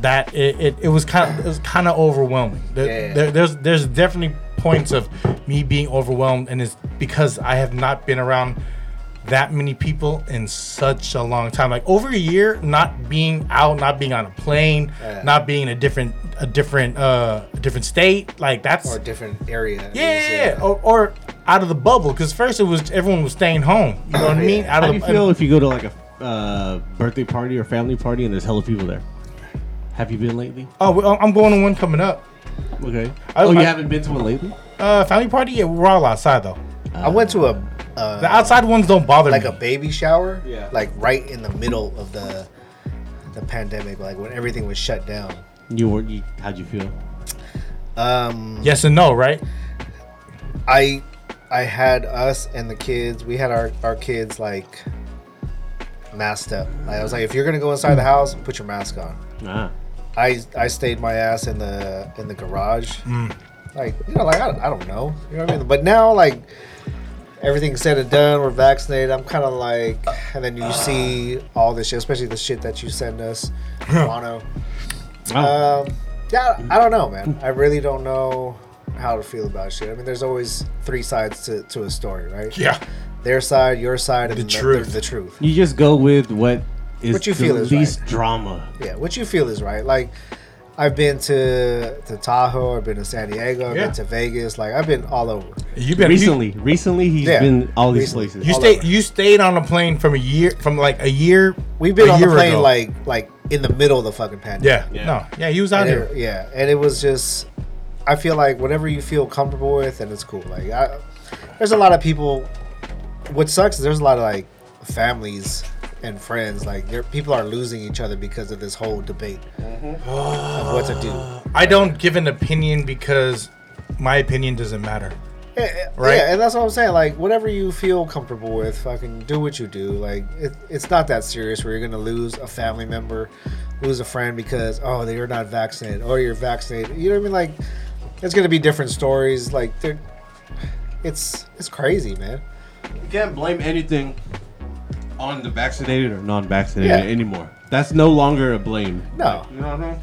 S1: that it, it, it was kind of it was kind of overwhelming. There,
S3: Yeah.
S1: there- there's there's definitely points of me being overwhelmed, and it's because I have not been around that many people in such a long time like over a year not being out not being on a plane
S3: Yeah.
S1: not being in a different a different uh a different state like that's
S3: Or a different area. I mean,
S1: yeah,
S3: so-
S1: yeah, yeah. Or, or out of the bubble because first it was everyone was staying home. You know what I mean? Out of
S2: How do you
S1: the
S2: feel if you go to like a uh, birthday party or family party and there's hella people there? Have you been lately?
S1: Oh, well, I'm going to one coming up.
S2: Okay.
S1: I-
S2: oh, you
S1: I-
S2: haven't been to one lately?
S1: Uh, family party. Yeah, we're all outside though.
S3: I went to a
S1: The
S3: uh,
S1: outside ones don't bother
S3: like
S1: me.
S3: a baby shower.
S2: Yeah.
S3: Like right in the middle of the the pandemic, like when everything was shut down.
S2: You were. You, how'd you feel?
S3: Um
S1: yes and no, right?
S3: I I had us and the kids. We had our our kids like masked up. Like, I was like, if you're gonna go inside the house, put your mask on.
S2: Ah.
S3: I I stayed my ass in the in the garage.
S1: Mm.
S3: Like you know, like I, don't- I don't know. You know what I mean? But now like everything's said and done. We're vaccinated. I'm kind of like, and then you see all this shit, especially the shit that you send
S1: *laughs*
S3: us, mono.
S2: Ah.
S3: Um, yeah, I don't know, man. I really don't know how to feel about shit. I mean, there's always three sides to, to a story, right?
S1: Yeah.
S3: Their side, your side, and
S1: The
S3: the, the
S1: truth.
S3: truth. The, truth.
S2: you just go with what is
S3: What you
S2: the
S3: feel is
S2: least drama.
S3: Yeah, what you feel is right. Like, I've been to to Tahoe. I've been to San Diego. I've
S1: Yeah.
S3: been to Vegas. Like, I've been all over.
S1: You've been
S2: recently, recently he's
S3: Yeah,
S2: been all these
S3: recently.
S2: places.
S1: You, you
S3: all
S1: stayed.
S3: over.
S1: You stayed on a plane from a year. From like a year.
S3: We've been
S1: a
S3: on the
S1: year
S3: plane
S1: ago.
S3: like like in the middle of the fucking pandemic.
S1: Yeah,
S2: Yeah.
S1: No. Yeah. He was out
S3: And
S1: here.
S3: it- yeah, and it was just, I feel like whatever you feel comfortable with, and it's cool. Like, I, there's a lot of people. What sucks is there's a lot of like families and friends. Like, there people are losing each other because of this whole debate of what to do.
S1: I don't give an opinion because my opinion doesn't matter.
S3: Yeah,
S1: Right.
S3: right. Yeah, and that's what I'm saying. Like, whatever you feel comfortable with, fucking do what you do. Like, it, it's not that serious where you're gonna lose a family member, lose a friend because oh they're not vaccinated or you're vaccinated. You know what I mean? Like, it's gonna be different stories. Like, they're, it's it's crazy, man.
S2: You can't blame anything on the vaccinated or non-vaccinated
S3: Yeah.
S2: anymore. That's no longer a blame.
S3: No,
S2: You know what I mean?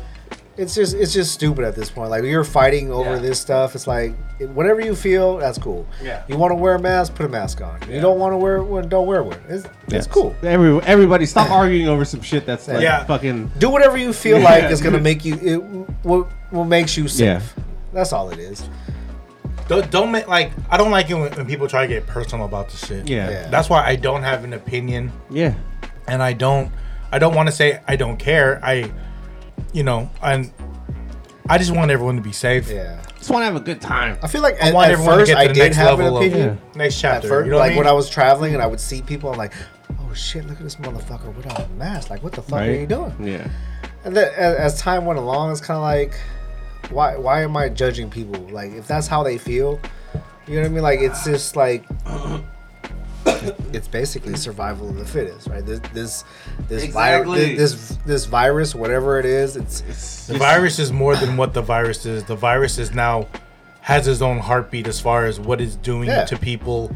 S3: it's just it's just stupid at this point. Like you're fighting over
S5: Yeah.
S3: this stuff. It's like whatever you feel, that's cool.
S5: Yeah.
S3: You want to wear a mask, put a mask on. You
S5: Yeah.
S3: don't want to wear one, don't wear one. It's, it's
S2: Yeah.
S3: cool.
S2: Every, everybody, stop arguing over some shit that's like
S1: Yeah.
S2: fucking.
S3: Do whatever you feel like
S2: Yeah.
S3: is gonna make you it what what makes you safe.
S2: Yeah.
S3: That's all it is.
S1: Don't, don't make like I don't like it when, when people try to get personal about the shit.
S2: Yeah.
S3: Yeah.
S1: That's why I don't have an opinion,
S2: Yeah.
S1: and I don't I don't want to say I don't care. I, you know, and I just want everyone to be safe.
S3: Yeah.
S2: Just want to have a good time.
S3: I feel like at,
S1: want
S3: at
S1: everyone to
S3: first
S1: get to
S3: I
S1: the
S3: did
S1: next
S3: have an
S1: level of-
S3: opinion.
S1: Next
S3: At
S1: chapter,
S3: first,
S1: you know what
S3: like
S1: I mean?
S3: when I was traveling and I would see people, I'm like, oh shit, look at this motherfucker without a oh, mask. Like, what the fuck are you doing?
S2: Yeah.
S3: And then as, as time went along, it's kind of like, why why am I judging people? Like, if that's how they feel, you know what I mean? Like, it's just like, it's basically survival of the fittest, right? This this this
S2: Exactly.
S3: virus, this this virus, whatever it is, it's
S1: The virus is more than what the virus is. The virus is now has its own heartbeat as far as what it's doing
S3: Yeah.
S1: to people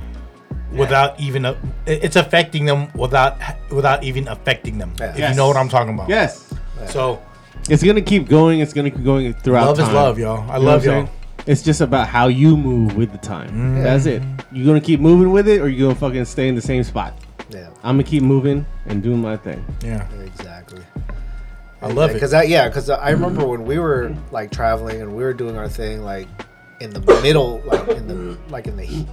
S1: without even a, it- it's affecting them without without even affecting them.
S3: Yeah.
S1: If
S2: Yes.
S1: you know what I'm talking about.
S2: Yes.
S1: So
S2: It's gonna keep going. It's gonna keep going throughout.
S1: Love is
S2: time.
S1: love, yo. I
S2: know what
S1: love
S2: I'm saying?
S1: y'all.
S2: It's just about how you move with the time. That's it. You gonna keep moving with it, or you gonna fucking stay in the same spot?
S3: yeah,
S2: I'm gonna keep moving and doing my thing.
S1: yeah,
S3: exactly.
S1: I love it.
S3: because I yeah because I remember when we were like traveling and we were doing our thing like in the middle like in the like in the heat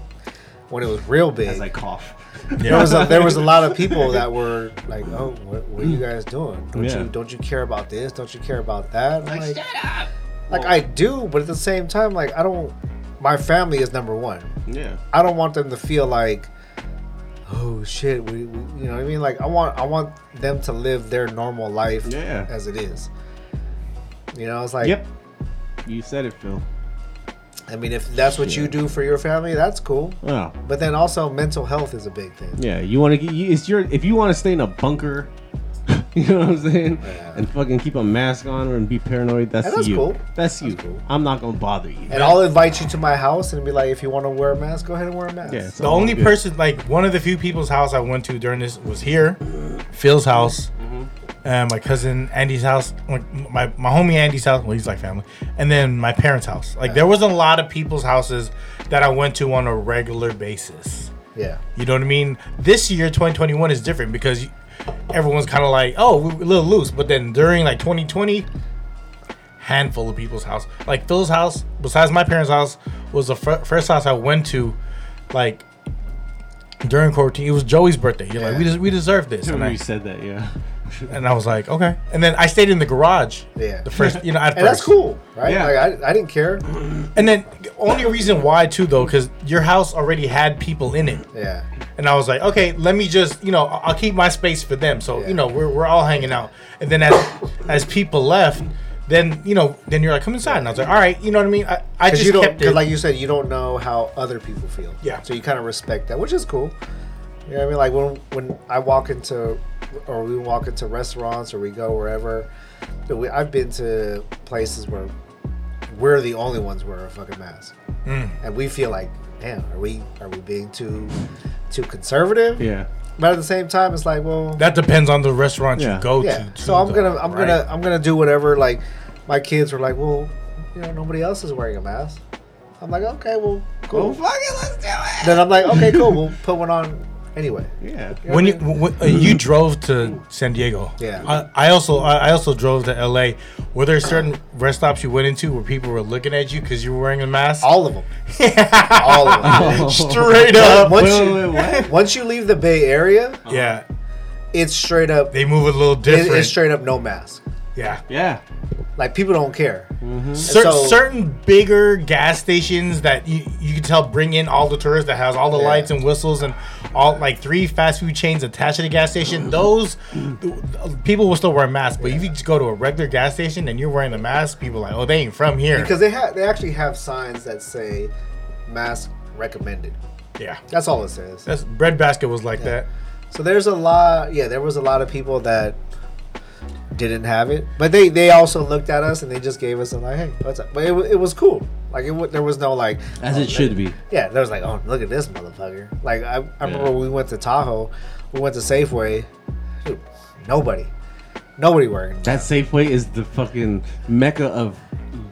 S3: when it was real big.
S2: As I cough.
S1: Yeah.
S3: there was a, there was a lot
S2: *laughs*
S3: of people that were like, "Oh, what, what are you guys doing? Don't
S2: Mm. Yeah.
S3: you don't you care about this? Don't you care about that?" I'm like, shut up. Like I do, but at the same time, like I don't. My family is number one.
S2: Yeah.
S3: I don't want them to feel like, "Oh shit," we, we you know what I mean. Like I want I want them to live their normal life
S2: Yeah.
S3: as it is. You know, it's like,
S2: yep. You said it, Phil.
S3: I mean, if that's what you do for your family, that's cool.
S2: Oh.
S3: But then also, mental health is a big thing.
S2: Yeah. You want to? It's your. If you want to stay in a bunker, *laughs* you know what I'm saying,
S3: Yeah.
S2: and fucking keep a mask on and be paranoid. That's,
S3: And that's
S2: you.
S3: cool.
S2: That's you.
S3: cool.
S2: I'm not gonna bother you.
S3: And I'll invite you to my house and be like, if you want to wear a mask, go ahead and wear a mask.
S2: Yeah, it's
S1: the
S2: all
S1: only
S2: good.
S1: person like one of the few people's house I went to during this was here, Phil's house,
S2: Mm-hmm.
S1: and my cousin Andy's house, like, my my homie Andy's house. Well, he's like family, and then my parents' house. Like there was a lot of people's houses that I went to on a regular basis.
S3: yeah.
S1: You know what I mean? This year, 2021 is different because everyone's kind of like, oh, we're a little loose. But then during like 2020, handful of people's house. Like Phil's house, besides my parents' house, was the fir- first house I went to, like during quarantine. It was Joey's birthday. You're like,
S3: Yeah.
S1: we des- we deserve this,
S2: I
S1: and
S2: remember you
S1: I,
S2: said that. Yeah.
S1: and I was like, okay. And then I stayed in the garage.
S3: Yeah.
S1: The first, you know,
S3: *laughs*
S1: at
S3: And that's
S1: first.
S3: cool, right?
S2: Yeah.
S3: Like, I, I didn't care.
S1: And then the only reason why too though, because your house already had people in it.
S3: Yeah.
S1: And I was like, okay, let me just, you know, I- I'll keep my space for them. So,
S3: Yeah.
S1: you know, we're, we're all hanging out. And then as as people left, then, you know, then you're like, come inside. And I was like, all right, you know what I mean? I, I
S3: Because
S1: just
S3: you don't,
S1: kept
S3: cause
S1: it.
S3: like you said, you don't know how other people feel.
S1: Yeah.
S3: So you kind of respect that, which is cool. You know what I mean? Like when when I walk into, or we walk into restaurants, or we go wherever. dude, we- I've been to places where we're the only ones wearing a fucking mask,
S1: Mm.
S3: and we feel like, damn, are we are we being too too conservative?
S2: Yeah.
S3: But at the same time, it's like, well,
S1: that depends on the restaurant
S2: Yeah.
S1: you go
S3: yeah.
S1: to. too,
S3: So I'm
S1: though,
S3: gonna, I'm
S1: right?
S3: gonna, I'm gonna do whatever. Like, my kids were like, well, you know, nobody else is wearing a mask. I'm like, okay, well, cool.
S2: let's do it.
S3: Then I'm like, okay, cool. We'll put one on anyway.
S2: Yeah.
S1: When you when, uh, you drove to San Diego,
S3: Yeah.
S1: I, I also I I also drove to L.A. Were there certain rest stops you went into where people were looking at you because you were wearing a mask?
S3: All of them. All of them.
S1: *laughs* Straight up,
S3: Once,
S2: Wait,
S3: you,
S2: wait, wait,
S3: once you leave the Bay Area,
S1: yeah,
S3: it's straight up.
S1: they move a little
S3: it-
S1: different.
S3: it's straight up no mask.
S1: yeah,
S2: *laughs* Yeah.
S3: Like people don't care.
S1: Cer-
S3: So-
S1: certain bigger gas stations that you, you can tell bring in all the tourists that has all the
S3: Yeah.
S1: lights and whistles and all like three fast food chains attached to the gas station. Those th- people will still wear masks, but if you just go to a regular gas station and you're wearing the mask, people are like, oh, they ain't from here.
S3: Because they have, they actually have signs that say, mask recommended.
S1: yeah,
S3: That's all it says.
S1: that's breadbasket was like
S3: *laughs*
S1: that.
S3: So there's a lot. Yeah, there was a lot of people that didn't have it, but they they also looked at us and they just gave us a like, hey, what's up? But it, wa- it was cool. Like it, wa- there was no like
S6: As it should be.
S3: Yeah, there was like, oh, look at this motherfucker. Like, I, I remember when we went to Tahoe, we went to Safeway. Dude, nobody, nobody working.
S2: That Safeway is the fucking mecca of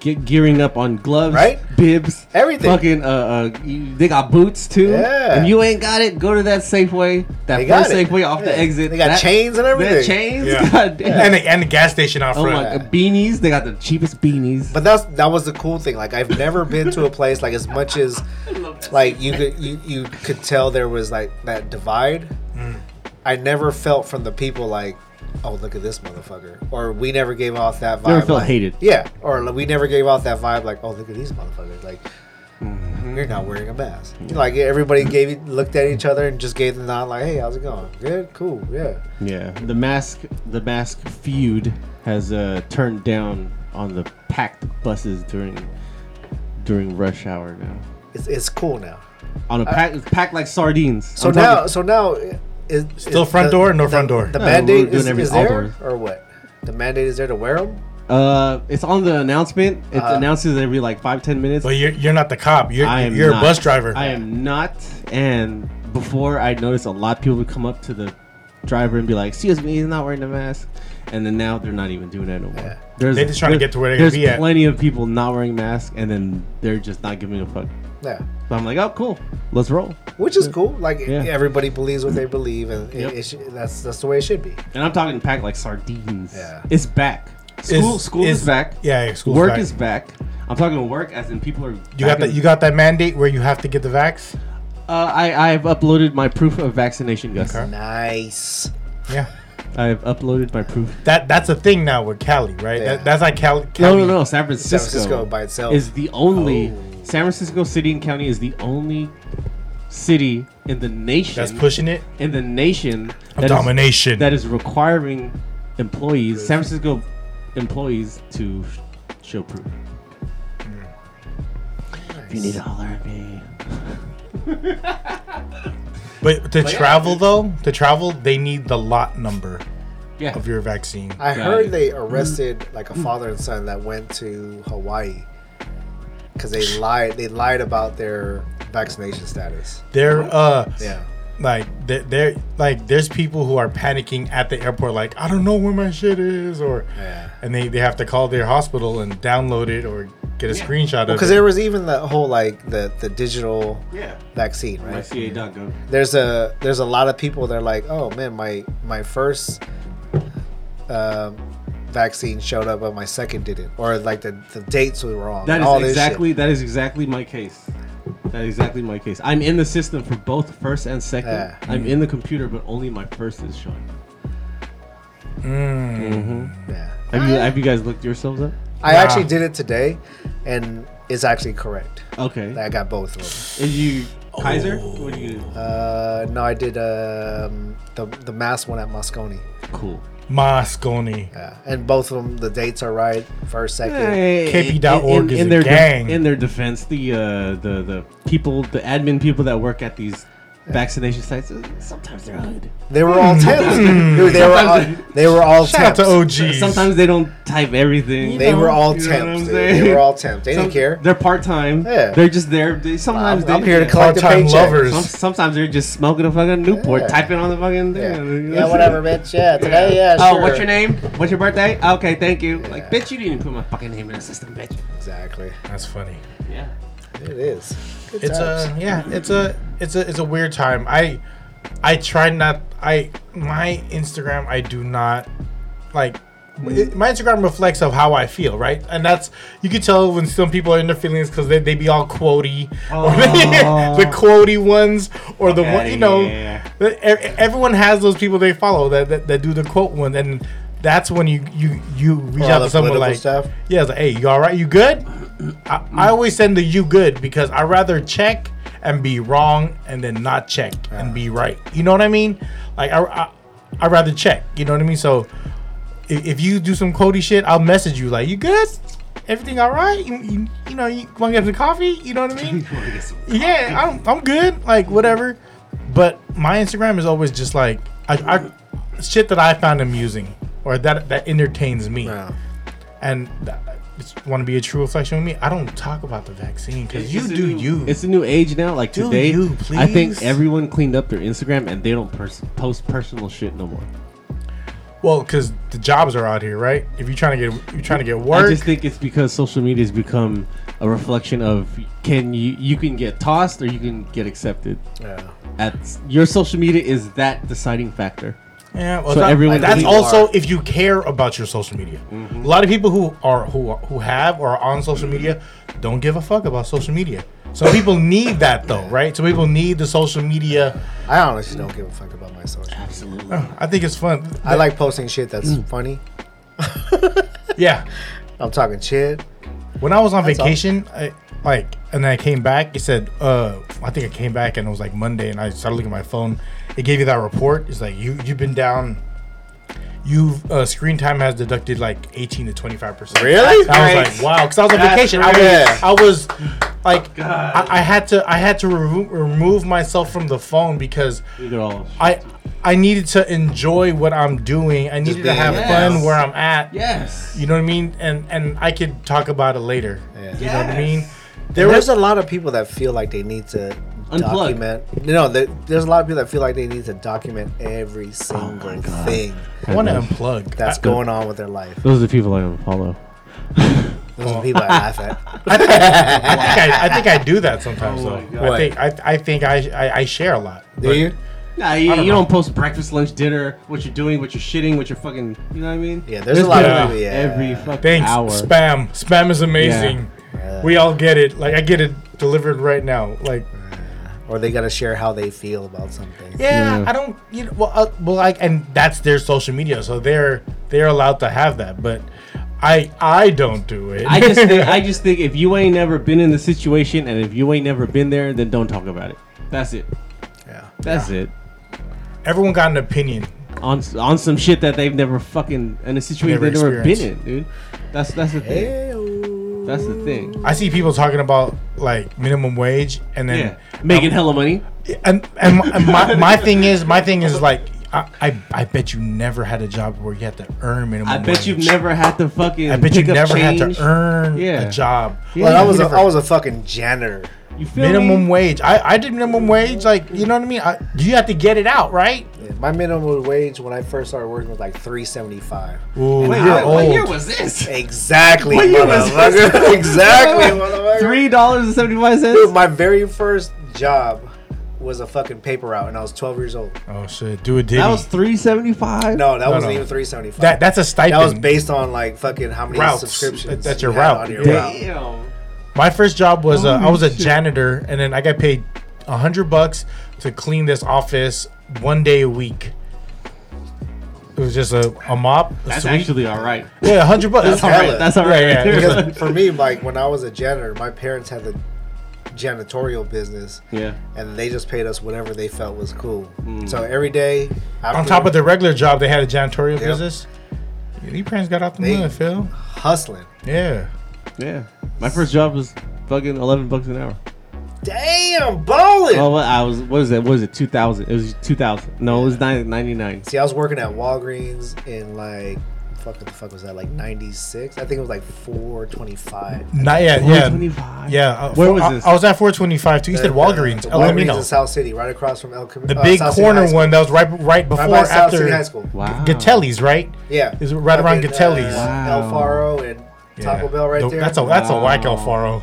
S2: ge- gearing up on gloves,
S3: Right?
S2: Bibs,
S3: Everything.
S2: Fucking, uh, uh, you- they got boots too.
S3: Yeah.
S2: If you ain't got it, go to that Safeway. That
S3: They got
S2: first
S3: it.
S2: Safeway off
S3: Yeah.
S2: the exit.
S3: They got
S2: that,
S3: chains and everything.
S2: That chains.
S1: Yeah.
S2: *laughs* God damn.
S1: and the, and the gas station out
S2: Oh
S1: front.
S2: my god, beanies! They got the cheapest beanies.
S3: But that's that was the cool thing. Like, I've never been to a place like as much as like you could you, you could tell there was like that divide. I never felt from the people like, oh, look at this motherfucker, or we never gave off that vibe.
S2: Never felt
S3: like-
S2: hated.
S3: Yeah, or like, we never gave off that vibe like, oh, look at these motherfuckers. Like, you're not wearing a mask. Like everybody gave looked at each other and just gave the nod, like, hey, how's it going? Good, cool, yeah.
S2: Yeah, the mask, the mask feud has uh, turned down on the packed buses during during rush hour now.
S3: It's, it's cool now.
S2: On a pack, it's packed like sardines.
S3: Uh, So
S2: I'm
S3: now,
S2: talking-
S3: so now, is
S1: Still
S3: is
S1: front
S3: the-
S1: door or no
S3: the-
S1: front door?
S3: The
S2: No, we're
S3: mandate
S2: doing
S3: is,
S2: everything
S3: is there
S2: outdoors.
S3: or what? The mandate is there to wear them.
S2: uh, it's on the announcement. It
S3: Uh,
S2: announces every like five ten minutes.
S1: But you're, you're not the cop. You're
S2: I am
S1: you're
S2: not.
S1: a bus driver.
S2: I am not. And before I noticed a lot of people would come up to the driver and be like, "Excuse me, he's not wearing a mask." And then now they're not even doing that no more.
S3: Yeah.
S2: There's,
S1: They're just trying to
S2: there-
S1: get to where they
S2: There's
S1: be at.
S2: plenty of people not wearing masks, and then they're just not giving a fuck.
S3: Yeah,
S2: So I'm like, "Oh, cool, let's roll."
S3: which is cool. Like
S2: Yeah.
S3: everybody believes what they believe, and
S2: Yep.
S3: it, it should, that's that's the way it should be.
S2: And I'm talking packed like sardines.
S3: Yeah.
S2: It's back.
S1: Is-
S2: School, school is, back.
S1: Yeah, yeah school's
S2: work
S1: back.
S2: is back. I'm talking work as in people are.
S1: You got that?
S2: that.
S1: You got that mandate where you have to get the vax?
S2: Uh, I I've uploaded my proof of vaccination, Gus.
S1: Okay.
S3: Nice.
S1: Yeah.
S2: I've uploaded my proof.
S1: That that's a thing now with Cali, right?
S3: Yeah.
S1: That, that's like Cali.
S2: No,
S1: Cali.
S2: no, no. San Francisco,
S3: Francisco by itself.
S2: is the only.
S3: Oh.
S2: San Francisco City and County is the only city in the nation
S1: That's pushing it.
S2: in the nation that is-
S1: domination.
S2: that is requiring employees, San Francisco employees, to sh- show proof. If you need to holler at me,
S1: but to travel though, to travel, they need the lot number
S2: yeah,
S1: of your vaccine.
S3: I
S2: Got
S3: heard
S2: it.
S3: they arrested like a father and son that went to Hawaii because they lied. They lied about their vaccination status.
S1: They're uh,
S3: Yeah.
S1: like they're, they're like there's people who are panicking at the airport, like I don't know where my shit is, or
S3: Yeah.
S1: and they they have to call their hospital and download it or get a screenshot of
S3: Because
S1: it.
S3: there was even the whole like the the digital
S2: yeah.
S3: vaccine, right?
S2: MyCA.gov.
S3: there's a there's a lot of people that are like, oh man, my my first um, vaccine showed up, but my second didn't, or like the, the dates were wrong.
S2: That
S3: and
S2: is
S3: all this shit.
S2: exactly that is exactly my case. That is exactly my case. I'm in the system for both first and second.
S3: Yeah.
S2: I'm in the computer, but only my first is showing. Mm-hmm.
S3: Yeah.
S2: Have you have you guys looked yourselves up?
S3: I
S1: Nah.
S3: actually did it today, and it's actually correct.
S2: Okay.
S3: I got both of them.
S2: Is you Kaiser? What do you do?
S3: Uh, no, I did um, the the mass one at Moscone,
S2: Cool.
S1: Moscone.
S3: yeah. and both of them the dates are right, first, second.
S1: KP.org is a
S2: their
S1: gang.
S2: in their defense, the uh, the the people, the admin people that work at these vaccination sites, uh, sometimes they're hood.
S3: They were all
S2: *laughs*
S3: temps. Dude, they were all, they were all
S1: Shout out
S3: temps.
S1: to OGs.
S2: Sometimes they don't type everything.
S3: They were all
S2: You know what I'm
S3: temps. dude.
S2: saying?
S3: They were all temps. They didn't
S2: Some-
S3: care.
S2: They're part time.
S3: Yeah.
S2: They're just there. They, sometimes
S3: I'm- I'm
S2: they,
S3: here to
S2: yeah.
S3: collect-
S1: part
S3: the
S1: time
S3: paycheck.
S1: lovers.
S2: Some, sometimes they're just smoking a fucking Newport,
S3: Yeah.
S2: typing on the fucking thing.
S3: Yeah.
S2: That's
S3: yeah,
S2: it.
S3: whatever, bitch. Yeah, today, yeah,
S2: Oh,
S3: sure.
S2: what's your name? What's your birthday? Okay, thank you.
S3: Yeah.
S2: Like, bitch, you didn't put my fucking name in the system, bitch.
S3: Exactly.
S1: That's funny.
S2: Yeah.
S3: It is. Good
S1: it's
S3: times.
S2: uh,
S1: a yeah it's a it's a it's a weird time i i try not i my instagram i do not like it- my instagram reflects of how i feel right and that's you can tell when some people are in their feelings because they, they be all quotey *laughs* or
S2: Aw.
S1: the quotey ones or the one
S2: outta
S1: you know
S2: here.
S1: e- everyone has those people they follow that, that that do the quote one and that's when you you you reach
S3: All
S1: out
S3: the
S1: to someone
S3: political
S1: like
S3: stuff.
S1: yeah, it's like, hey, you all right?
S3: *clears throat*
S1: You good? I, I always send the you good because I rather check and be wrong and then not check and
S3: Ah.
S1: be right. You know what I mean? Like I, I, I rather check. You know what I mean? So if, if you do some Cody shit, I'll message you like, you good? Everything all right? You, you, you know, you want to get some coffee? You know what
S3: *laughs*
S1: I mean? yeah, I'm, I'm good. Like whatever. But my Instagram is always just like I, I shit that I found amusing or that that entertains me
S3: Wow.
S1: and th- want to be a true reflection of me, I don't talk about the vaccine because
S2: It's
S1: you
S2: a
S1: do
S2: new-
S1: you.
S2: It's a new age now. Like
S1: Do
S2: today,
S1: you,
S2: I think
S1: please?
S2: everyone cleaned up their Instagram and they don't pers- post personal shit no more.
S1: well, because the jobs are out here, right? If you're trying to get you're trying to get
S2: I
S1: work,
S2: just think it's because social media has become a reflection of can you you can get tossed or you can get accepted.
S3: Yeah.
S2: At your social media is that deciding factor.
S1: yeah. Well, that-
S2: so
S1: Mm-hmm.
S2: everyone
S1: that's
S2: believes-
S1: also if you care about your social media. A lot of people who are who are- who have or are on social media don't give a fuck about social media. Some people need that though, right? Some people need the social media.
S3: I honestly don't give a fuck about my social. media.
S2: Absolutely.
S1: I think it's fun.
S3: I like posting shit that's
S2: Mm.
S3: funny.
S1: yeah.
S3: I'm talking shit.
S1: When I was on
S3: That's all.
S1: vacation, I, like, and then I came back, it said, uh, I think I came back and it was like Monday, and I started looking at my phone. It gave you that report. It's like you you've been down. You've uh, screen time has deducted like eighteen to twenty five percent.
S3: Really?
S1: I was like,
S5: Nice.
S1: wow, because I was on
S5: That's
S1: vacation. I
S3: great.
S1: was, I was like, I, I had to, I had to remo- remove myself from the phone because
S2: They're all
S1: I, I needed to enjoy what I'm doing. I needed to
S3: being-
S1: have
S2: Yes.
S1: fun where I'm at.
S2: yes.
S1: You know what I mean? And and I could talk about it later.
S3: Yeah.
S1: You know what I mean?
S3: There
S1: There was
S3: there's
S1: a
S3: a lot of people that feel like they need to
S2: Unplug.
S3: document. You know, there- there's a lot of people that feel like they need to document every single
S2: Oh God.
S3: thing
S1: I want to unplug.
S3: that's
S1: I-
S3: going on with their life.
S2: Those are the people I unfollow.
S3: Those are the people I laugh at. *laughs*
S1: I, think
S2: *laughs*
S1: I, I think I, I think I do that sometimes.
S2: Oh my
S1: though.
S2: God.
S1: I think I, I think I, I I share a lot.
S3: Do
S1: But
S3: you?
S2: Nah, you,
S1: don't
S2: you
S1: know.
S2: don't post breakfast, lunch, dinner, what you're doing, what you're shitting, what you're fucking. You know what I mean?
S3: Yeah, there's a lot
S1: of
S2: people
S3: people, yeah.
S2: every fucking
S1: Thanks.
S2: hour.
S1: Spam. Spam is amazing.
S3: Yeah.
S1: We all get it. Like I get it delivered right now. Like
S3: Or they gotta share how they feel about something.
S1: yeah,
S2: Yeah.
S1: I don't. You know, well, uh, well, like, and that's their social media, so they're they're allowed to have that. But I I don't do it.
S2: I just think, I just think if you ain't never been in the situation and if you ain't never been there, then don't talk about it. That's it.
S3: Yeah.
S2: That's it.
S1: *laughs* Everyone got an opinion.
S2: On on some shit that they've never fucking in a situation
S1: Never
S2: they've never been in,
S1: experienced.
S2: dude. That's that's the thing.
S3: Ew.
S2: That's the thing.
S1: I see people talking about like minimum wage, and then
S2: Yeah, making hella money.
S1: and and my, and my,
S2: *laughs*
S1: my thing is my thing is like I, I I bet you never had a job where you had to earn minimum.
S2: I bet you've
S1: wage.
S2: never had to fucking.
S1: I bet you
S2: pick up
S1: never had
S2: change.
S1: to earn
S2: Yeah.
S1: a job.
S2: Yeah.
S3: Well, I was a,
S1: Never.
S3: I was a fucking janitor.
S2: You feel
S1: Minimum
S2: me?
S1: wage. I, I did minimum wage. Like you know what I mean. I, you have to get it out, right?
S3: Yeah, My minimum wage when I first started working was like three seventy five.
S1: Ooh,
S2: Wait,
S1: you're
S2: what,
S1: old.
S2: what year was this?
S3: Exactly,
S2: What year was this?
S3: motherfucker. *laughs* exactly,
S1: *laughs*
S3: motherfucker.
S2: Three dollars and seventy five
S3: Dude,
S2: cents.
S3: my very first job was a fucking paper route, and I was 12 years old.
S1: oh shit, do a diddy.
S2: That
S1: That,
S2: was three seventy five.
S3: No, that
S1: No,
S3: wasn't
S1: no.
S3: even 375. That,
S1: that that's a stipend.
S3: was based on like fucking how many
S1: Routes.
S3: subscriptions.
S1: That- that's
S3: you
S1: your
S3: had
S1: route.
S3: on your
S1: Yeah.
S3: route.
S2: Damn.
S1: My first job was uh, I
S2: Holy
S1: was a
S2: shit.
S1: janitor, and then I got paid a hundred bucks to clean this office one day a week. It was just a, a mop. a
S2: That's
S1: sweep.
S2: actually all right.
S1: yeah, a hundred bucks.
S3: That's
S1: That's
S2: All
S1: all
S2: right.
S3: Hella.
S2: That's all right.
S1: Yeah,
S2: right
S1: yeah.
S2: there. *laughs*
S3: Because for me, like when I was a janitor, my parents had the janitorial business,
S2: yeah.
S3: and they just paid us whatever they felt was cool. So every day,
S1: On
S3: after
S1: top of their regular job, they had a janitorial
S3: Yep.
S1: business. Yeah, Your parents got off the
S3: They-
S1: mud, Phil.
S3: hustling.
S1: Yeah.
S2: Yeah. My first job was fucking eleven bucks an hour.
S3: Damn, balling.
S2: Oh, well, I was. What is it? What is it? Two thousand. It was two thousand. No, it was ninety nine.
S3: See, I was working at Walgreens in like, fuck, what the fuck was that? Like '96? I think it was like 425.
S1: Not yet. Yeah.
S2: 425.
S1: Yeah. uh,
S2: Where
S1: for-
S2: was
S1: I,
S2: this?
S1: I was at 425 too. You said
S3: Uh,
S1: Walgreens,
S3: the
S1: Oh, El
S3: Walgreens uh, in
S1: Camino,
S3: South City, right across from El Camino.
S1: the big corner one that was right right before
S3: Right by South
S1: after
S3: City High School.
S2: Wow.
S1: Gatelli's, right?
S3: Yeah,
S1: Is it right
S3: Up
S1: around
S3: in,
S1: Gatelli's?
S3: Uh, El
S2: Wow.
S3: Faro and Taco
S1: Yeah.
S3: Bell right
S1: Th-
S3: there.
S1: That's a that's a whack
S2: Wow.
S1: Alfaro.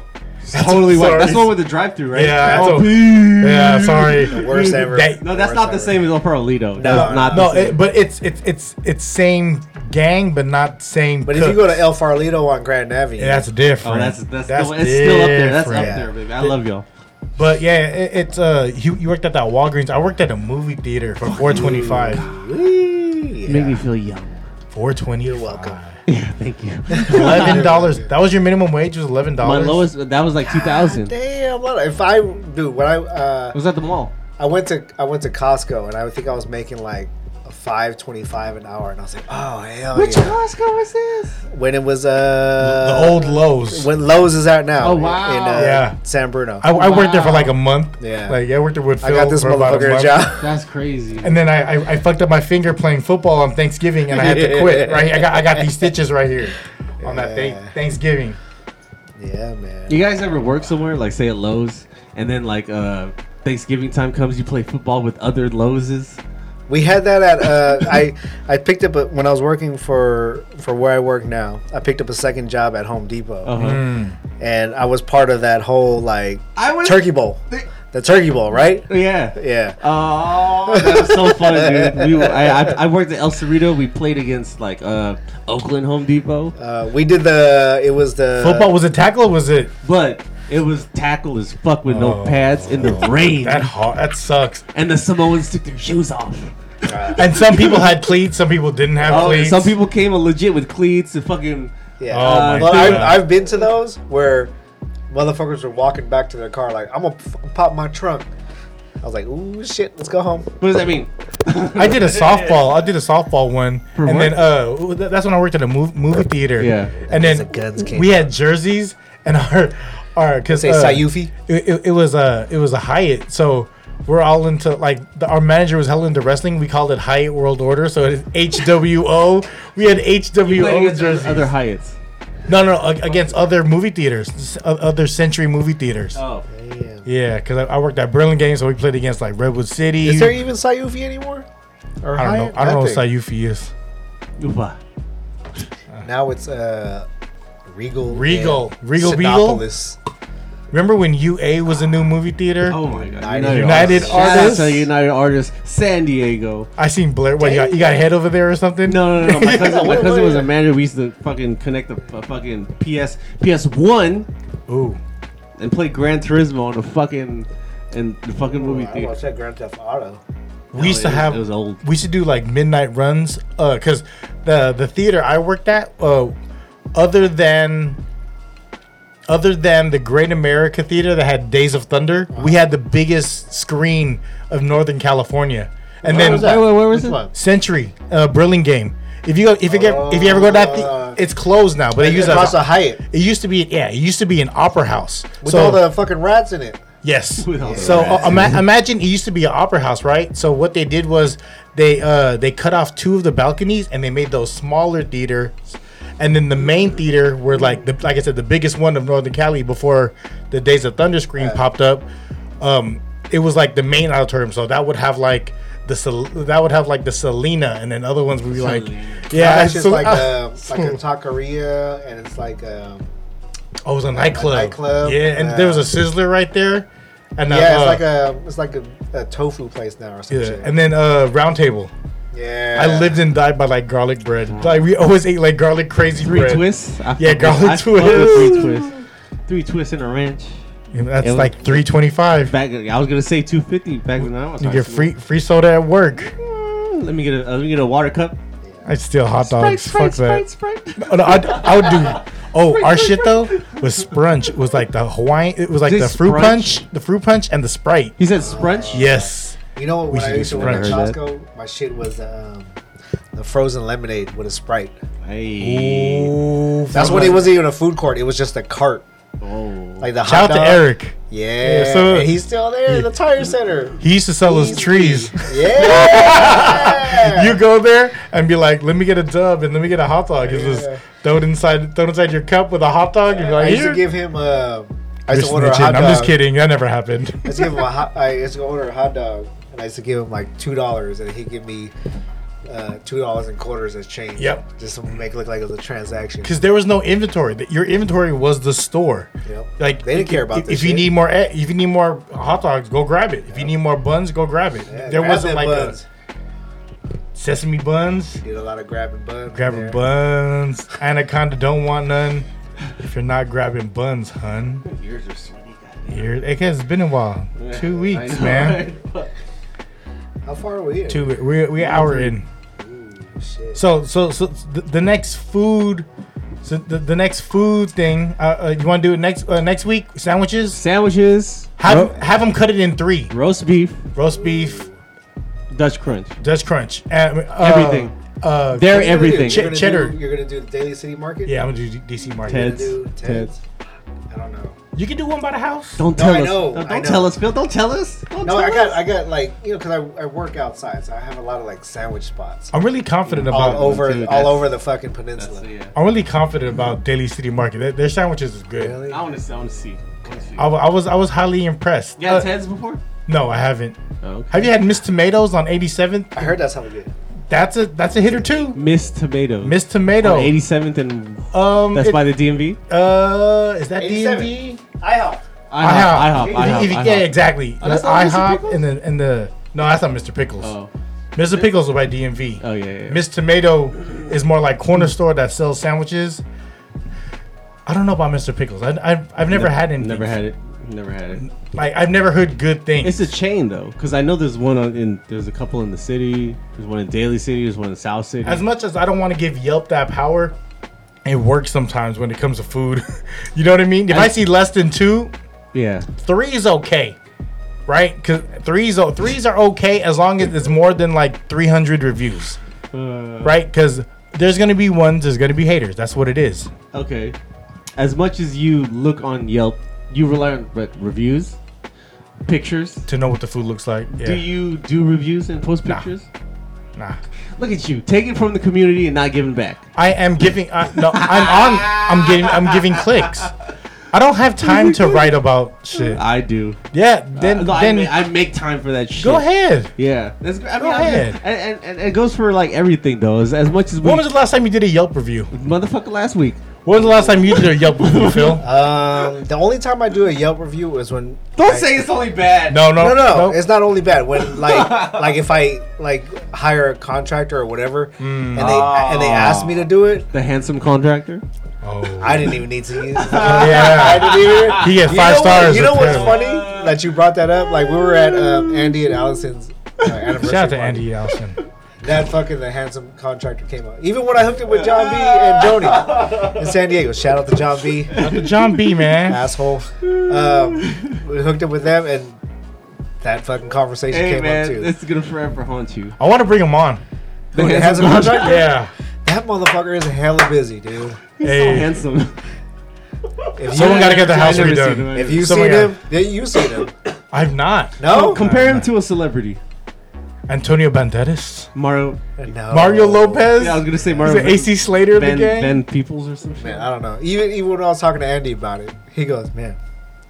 S2: Totally white.
S1: Sorry.
S2: That's the one with the drive through, right?
S1: Yeah, that's
S2: Oh,
S1: a-
S2: please.
S1: Yeah, sorry.
S3: worst ever.
S1: That-
S2: No, that's
S3: Worst
S2: not the
S3: ever.
S2: same as El Parolito.
S3: No,
S2: That's not
S1: no,
S2: the same.
S1: it, but it's it's it's it's same gang, but not same.
S3: But if you go to El Farolito on Grand Avenue,
S1: yeah, that's different.
S2: Oh, that's that's, the one- it's still up there. That's up
S1: different.
S3: Yeah.
S2: there, baby. I love y'all.
S1: But yeah, it, it's uh, you, you worked at that Walgreens. I worked at a movie theater
S2: Oh,
S1: for four twenty five.
S3: Wee,
S2: Make
S3: yeah.
S2: me feel young.
S1: Four twenty.
S3: You're welcome.
S2: *laughs* Yeah,
S1: *laughs*
S2: thank you.
S3: *laughs*
S1: Eleven dollars. That was your minimum wage. Was eleven
S2: My
S1: dollars.
S2: lowest. That was like two thousand. It
S3: Damn, what if I dude when I uh,
S2: was at the mall.
S3: I went to I went to Costco and I think I was making like five twenty five an hour and I was like, oh hell yeah.
S2: Costco is this?
S3: When it was
S1: The
S3: uh
S1: old lows.
S3: when Lowe's is out now.
S2: Oh, wow.
S3: In uh,
S1: Yeah.
S3: San Bruno.
S1: I,
S3: I,
S1: I worked there for
S2: Wow.
S1: like a month.
S3: Yeah.
S1: Like I worked there with Phil
S3: got this
S1: for about a
S3: motherfucker a
S1: month.
S3: job. *laughs*
S2: That's crazy.
S1: And then I, I,
S3: *laughs*
S1: I fucked up my finger playing football on Thanksgiving and I had to quit. Right, I got I got these stitches right here. on that thing,
S3: Yeah.
S1: Thanksgiving.
S3: Yeah, man.
S2: You guys ever work somewhere, like say at Lowe's, and then like uh Thanksgiving time comes, you play football with other Lowe's?
S3: We had that at uh, I I picked up a, when I was working for for where I work now. I picked up a second job at Home Depot,
S2: Uh-huh.
S3: Hmm. and I was part of that whole like
S2: I was
S3: turkey bowl, the turkey bowl,
S2: *laughs*
S3: right?
S2: Yeah.
S3: Yeah.
S2: Oh, that was so fun, dude. We, I, I, I worked at El Cerrito. We played against like uh, Oakland Home Depot,
S3: Uh, we did the. It was the
S1: Football was it tackle or was it
S2: but it was tackle as fuck with no
S1: Oh.
S2: pads in the rain,
S1: that hard? That sucks.
S2: and the Samoans took their shoes off.
S3: Uh,
S1: And some people had pleats, some people didn't have
S2: Oh,
S1: pleats.
S2: some people came legit with cleats and fucking.
S3: Yeah.
S1: Oh my
S3: well,
S1: God.
S3: I, Uh, I've been to those where motherfuckers were walking back to their car like, I'm gonna f- pop my trunk. I was like, ooh shit, let's go home.
S2: What does that mean?
S1: I did a softball. I did a softball one,
S2: For
S1: and
S2: what?
S1: then uh, th- that's when I worked at a mov- movie theater.
S2: Yeah.
S1: and
S3: That's a guns
S1: then
S3: king.
S1: we uh, had jerseys and our our because
S3: Say Sayufi.
S1: It, it, it was a it was a Hyatt, so we're all into like the, our manager was hell into wrestling. We called it Hyatt World Order, so it is HWO. We had
S2: Playing
S1: HWO
S2: against
S1: jerseys.
S2: other Hyatts.
S1: no, no, ag- against other movie theaters, s- o- other Century movie theaters.
S2: Oh,
S3: Damn.
S1: Yeah, because I, I worked at Berlin Games, so we played against like Redwood City.
S3: Is there even Sayufi anymore? Or
S1: I don't know.
S3: Hyatt?
S1: I don't know what
S3: That thing.
S1: Sayufi is.
S2: Ufa.
S3: Now it's uh, Regal.
S1: Regal.
S3: and
S1: Regal Beagle?
S3: Sinopolis.
S1: Remember when UA was a new movie theater?
S2: Oh my God!
S3: United
S1: Artists.
S2: Shout out
S1: Artists.
S2: to United Artists, San Diego.
S1: I seen Blair. What you got, you got head over there or something?
S2: No, no, no. no. *laughs* My cousin, my cousin was a manager. We used to fucking connect the f- uh, fucking PS PS One
S1: Ooh,
S2: and play Gran Turismo on the fucking and the fucking movie
S3: I
S2: theater.
S3: watched that Grand Theft Auto.
S1: we used to
S2: it was-
S1: have.
S2: it was old.
S1: We should do like midnight runs, uh, cause the the theater I worked at, uh, other than other than the Great America Theater that had Days of Thunder, we had the biggest screen of Northern California, and then
S3: was that?
S2: Wait, wait, where was
S3: Which
S2: it?
S3: one?
S1: Century, uh, Brilling Game. If you go, if you get, if you ever go to that,
S3: Oh.
S1: the, it's closed now. But it used
S3: Across the
S1: to,
S3: Hyatt.
S1: it used to be, yeah, it used to be an opera house.
S3: With all the fucking rats in it. *laughs*
S1: Yes.
S2: With all the
S1: So
S2: rats.
S1: uh, ima- imagine it used to be an opera house, right? So what they did was they uh, they cut off two of the balconies and they made those smaller theaters, and then the main theater were like the like I said the biggest one of Northern Cali before the Days of Thunder screen popped up. Um, it was like the main auditorium, so that would have like the Sel- that would have like the Selena, and then other ones would be like
S2: Selena.
S1: yeah,
S3: That's just
S1: so- *laughs*
S3: like
S1: uh,
S3: a like a taqueria, and it's like um,
S1: oh, it was a nightclub.
S3: nightclub,
S1: Yeah, and
S3: uh,
S1: there was a Sizzler right there, and uh,
S3: yeah, it's
S1: uh,
S3: like a it's like a, a tofu place now or some
S1: yeah,
S3: shit.
S1: and then uh, round table.
S3: yeah,
S1: I lived and died by like garlic bread. Like we always ate like garlic crazy
S2: Three
S1: bread.
S2: twists. I
S1: Yeah,
S2: fuck
S1: garlic
S2: with- I fuck with
S1: twists.
S2: Three twists. Three twists in a ranch.
S1: And that's
S2: It was-
S1: like three twenty five.
S2: Back, I was gonna say two fifty back when I was.
S1: You
S2: high
S1: get
S2: school.
S1: free free soda at work.
S2: Mm, Let me get a. uh, Let me get a water cup.
S1: I steal hot
S2: Sprite,
S1: dogs.
S2: sprite,
S1: Oh, Fuck that.
S2: sprite, sprite.
S1: Oh, no, I'd- I, would do. Oh, our shit though was sprunch. It was like the Hawaiian. It was like
S2: Is
S1: the
S2: it
S1: fruit
S2: Sprunch?
S1: punch, the fruit punch, and the sprite.
S2: He said sprunch.
S1: Yes.
S3: You know what? When
S1: should
S3: I
S1: do
S3: used to work at
S2: Sprite.
S3: Costco, my shit was um, the frozen lemonade with a sprite.
S2: Hey.
S3: That's when it wasn't even a food court; it was just a cart,
S2: Oh.
S3: like the hot
S1: Shout out to
S3: dog.
S1: Eric.
S3: Yeah,
S1: Yeah, so-
S3: and he's still there, in the tire
S1: *laughs*
S3: center.
S1: He used to sell us
S3: He's-
S1: trees.
S3: Yeah,
S1: you go there and be like, "Let me get a dub and let me get a hot dog." It's just
S3: Yeah.
S1: throw it inside, throw it inside your cup with a hot dog. And be like,
S3: I used to
S1: "Here."
S3: give him. Uh, I
S1: You're
S3: used to order a
S1: snitching.
S3: hot dog.
S1: I'm just kidding. That never happened.
S3: I *laughs* used to give him a hot. I used to order a hot dog, and I used to give him like two dollars, and he'd give me uh, two dollars and quarters as change.
S1: Yep.
S3: Just to make it look like it was a transaction.
S1: because there was no inventory. That- Your inventory was the store.
S3: Yep.
S1: Like
S3: They didn't care about
S1: if,
S3: this
S1: If you
S3: shit.
S1: need more, e- if you need more hot dogs, go grab it. If you need more buns, go grab it.
S3: Yeah,
S1: there
S3: grab
S1: wasn't
S3: them
S1: like a
S3: buns.
S1: sesame buns,
S3: did a lot of grabbing buns.
S1: grabbing
S3: there.
S1: buns. Anaconda don't want none. If you're not grabbing buns, hun,
S2: Yours are sweaty. goddamn.
S1: you're, it has been a while. Two
S2: I
S1: weeks,
S2: know,
S1: man.
S2: right? Fuck.
S3: How far are we? in?
S1: Two. we- We're we hour in.
S3: Ooh, shit.
S1: So so so the, the next food. So the, the next food thing, uh, uh, you want to do it next uh, next week? Sandwiches.
S2: Sandwiches.
S1: Have
S2: ro-
S1: have them cut it in three.
S2: roast beef.
S1: roast beef,
S2: Dutch crunch.
S1: Dutch crunch, uh, uh,
S2: Everything.
S1: Uh,
S2: They're
S3: What are you gonna do?
S2: everything.
S1: Ch-
S3: You're gonna
S1: cheddar.
S3: Do, you're gonna do the Daily City Market.
S1: yeah, I'm gonna do D- DC market.
S3: You're
S2: Ted.
S3: gonna do
S2: Ted's.
S3: Ted's. I don't know.
S1: You can do one by the house.
S2: Don't
S3: No,
S2: tell
S3: I
S2: us.
S3: know,
S2: Don't,
S3: I
S2: don't
S3: know.
S2: tell us, Phil. Don't tell us. Don't
S3: No,
S2: tell
S3: I got,
S2: us.
S3: I got like you know, cause I, I work outside, so I have a lot of like sandwich spots
S1: I'm really confident
S3: all
S1: about.
S3: over,
S2: dude, that's-
S3: all over the fucking
S2: That's
S3: peninsula.
S2: it, yeah.
S1: I'm really confident about Daily City Market. Their, their sandwiches is good.
S3: Really?
S2: I want to. I want to see. I wanna see.
S1: I, wa- I was I was highly impressed.
S2: You had
S1: Uh,
S2: Ted's before?
S1: no, I haven't.
S2: Oh, okay.
S1: Have you had Miss Tomatoes on 87th?
S3: I heard that's how we did.
S1: That's a that's a hitter too.
S2: Miss Tomato?
S1: Miss
S2: On
S1: Tomato.
S2: 87th and
S1: Um,
S2: that's
S1: it-
S2: by the DMV.
S1: uh, is that
S4: 87.
S1: DMV?
S4: IHOP.
S2: IHOP. IHOP. IHOP.
S1: If you- Yeah, exactly.
S2: Oh, that's not Mr.
S1: IHOP
S2: Pickles?
S1: and the and the no, that's not Mr. Pickles.
S2: Oh.
S1: Mr. Pickles was by DMV.
S2: Oh yeah. Hmm. yeah, yeah.
S1: Miss Tomato is more like corner store that sells sandwiches. I don't know about Mr. Pickles. I, I've, I've never had any.
S2: Never had it. Never had it.
S1: Like I've never heard good things.
S2: It's a chain though, because I know there's one on, in. There's a couple in the city. There's one in Daly City. There's one in South City.
S1: as much as I don't want to give Yelp that power, it works sometimes when it comes to food. *laughs* you know what I mean? If I,
S2: I-
S1: see less than two,
S2: yeah.
S1: three is okay, right? Because threes, o- threes are okay as long as it's more than like 300 reviews,
S2: Uh.
S1: right? Because there's gonna be ones, there's gonna be haters. That's what it is.
S2: Okay. As much as you look on Yelp, you rely on re- reviews, pictures.
S1: To know what the food looks like. Yeah.
S2: Do you do reviews and post pictures?
S1: nah.
S2: Look at you taking from the community and not giving back.
S1: I am giving. I, no, I'm on. I'm getting. I'm giving clicks. I don't have time to write about shit.
S2: I do.
S1: Yeah. Then.
S2: Uh, no, I,
S1: then.
S2: ma- I make time for that shit.
S1: go ahead.
S2: Yeah, that's. I mean,
S1: Go
S2: I mean,
S1: ahead.
S2: And, and, and it goes for like everything though. As, as much as we,
S1: When was the last time you did a Yelp review?
S2: motherfucker last week.
S1: When was the last time you did a Yelp review, Phil?
S3: *laughs* Um, the only time I do a Yelp review is when
S2: Don't
S3: I-
S2: say it's only bad.
S1: No, no,
S3: No, no, it's not only bad
S1: *laughs*
S3: when like like if I like hire a contractor or whatever, and
S1: Hmm.
S3: they and they
S1: Ah.
S3: ask me to do it,
S2: The handsome contractor.
S1: Oh.
S3: I didn't even need to use.
S1: *laughs*
S3: it. *laughs* I
S1: yeah.
S3: didn't even.
S1: He gets
S3: You
S1: five
S3: know
S1: stars.
S3: What, you know what's
S1: apparently.
S3: funny that you brought that up? Like we were at um, Andy and Allison's uh, anniversary.
S1: *laughs* Shout out
S3: party.
S1: to Andy Allison.
S3: That fucking the handsome contractor came up. Even when I hooked up with John B and Joni in San Diego. Shout out to John B.
S1: Dr. John B, man.
S3: asshole. Um, we hooked up with them, and that fucking conversation
S2: Hey
S3: came up
S2: man,
S3: too.
S2: this is gonna forever haunt you.
S1: I want to bring him on.
S2: The
S3: Who, the handsome contractor?
S1: Yeah.
S3: That motherfucker is hella busy, dude.
S2: So
S1: Hey,
S2: handsome.
S3: If
S1: someone
S3: you,
S1: got to
S2: *laughs*
S1: get the
S2: I
S1: house
S2: never seen
S1: redone.
S2: him.
S3: if you
S1: someone
S3: seen
S1: got-
S3: him, yeah, you seen him.
S1: I've not.
S3: No,
S2: Oh, Compare him to a celebrity.
S1: Antonio Banderas,
S2: Mario.
S3: Uh, no.
S1: Mario Lopez,
S2: Oh. Yeah, I was gonna say
S1: Is
S2: Mario.
S1: it AC Slater of the
S2: ben,
S1: gang?
S2: ben Peoples or something.
S3: Man, I don't know. Even even when I was talking to Andy about it, he goes, "Man,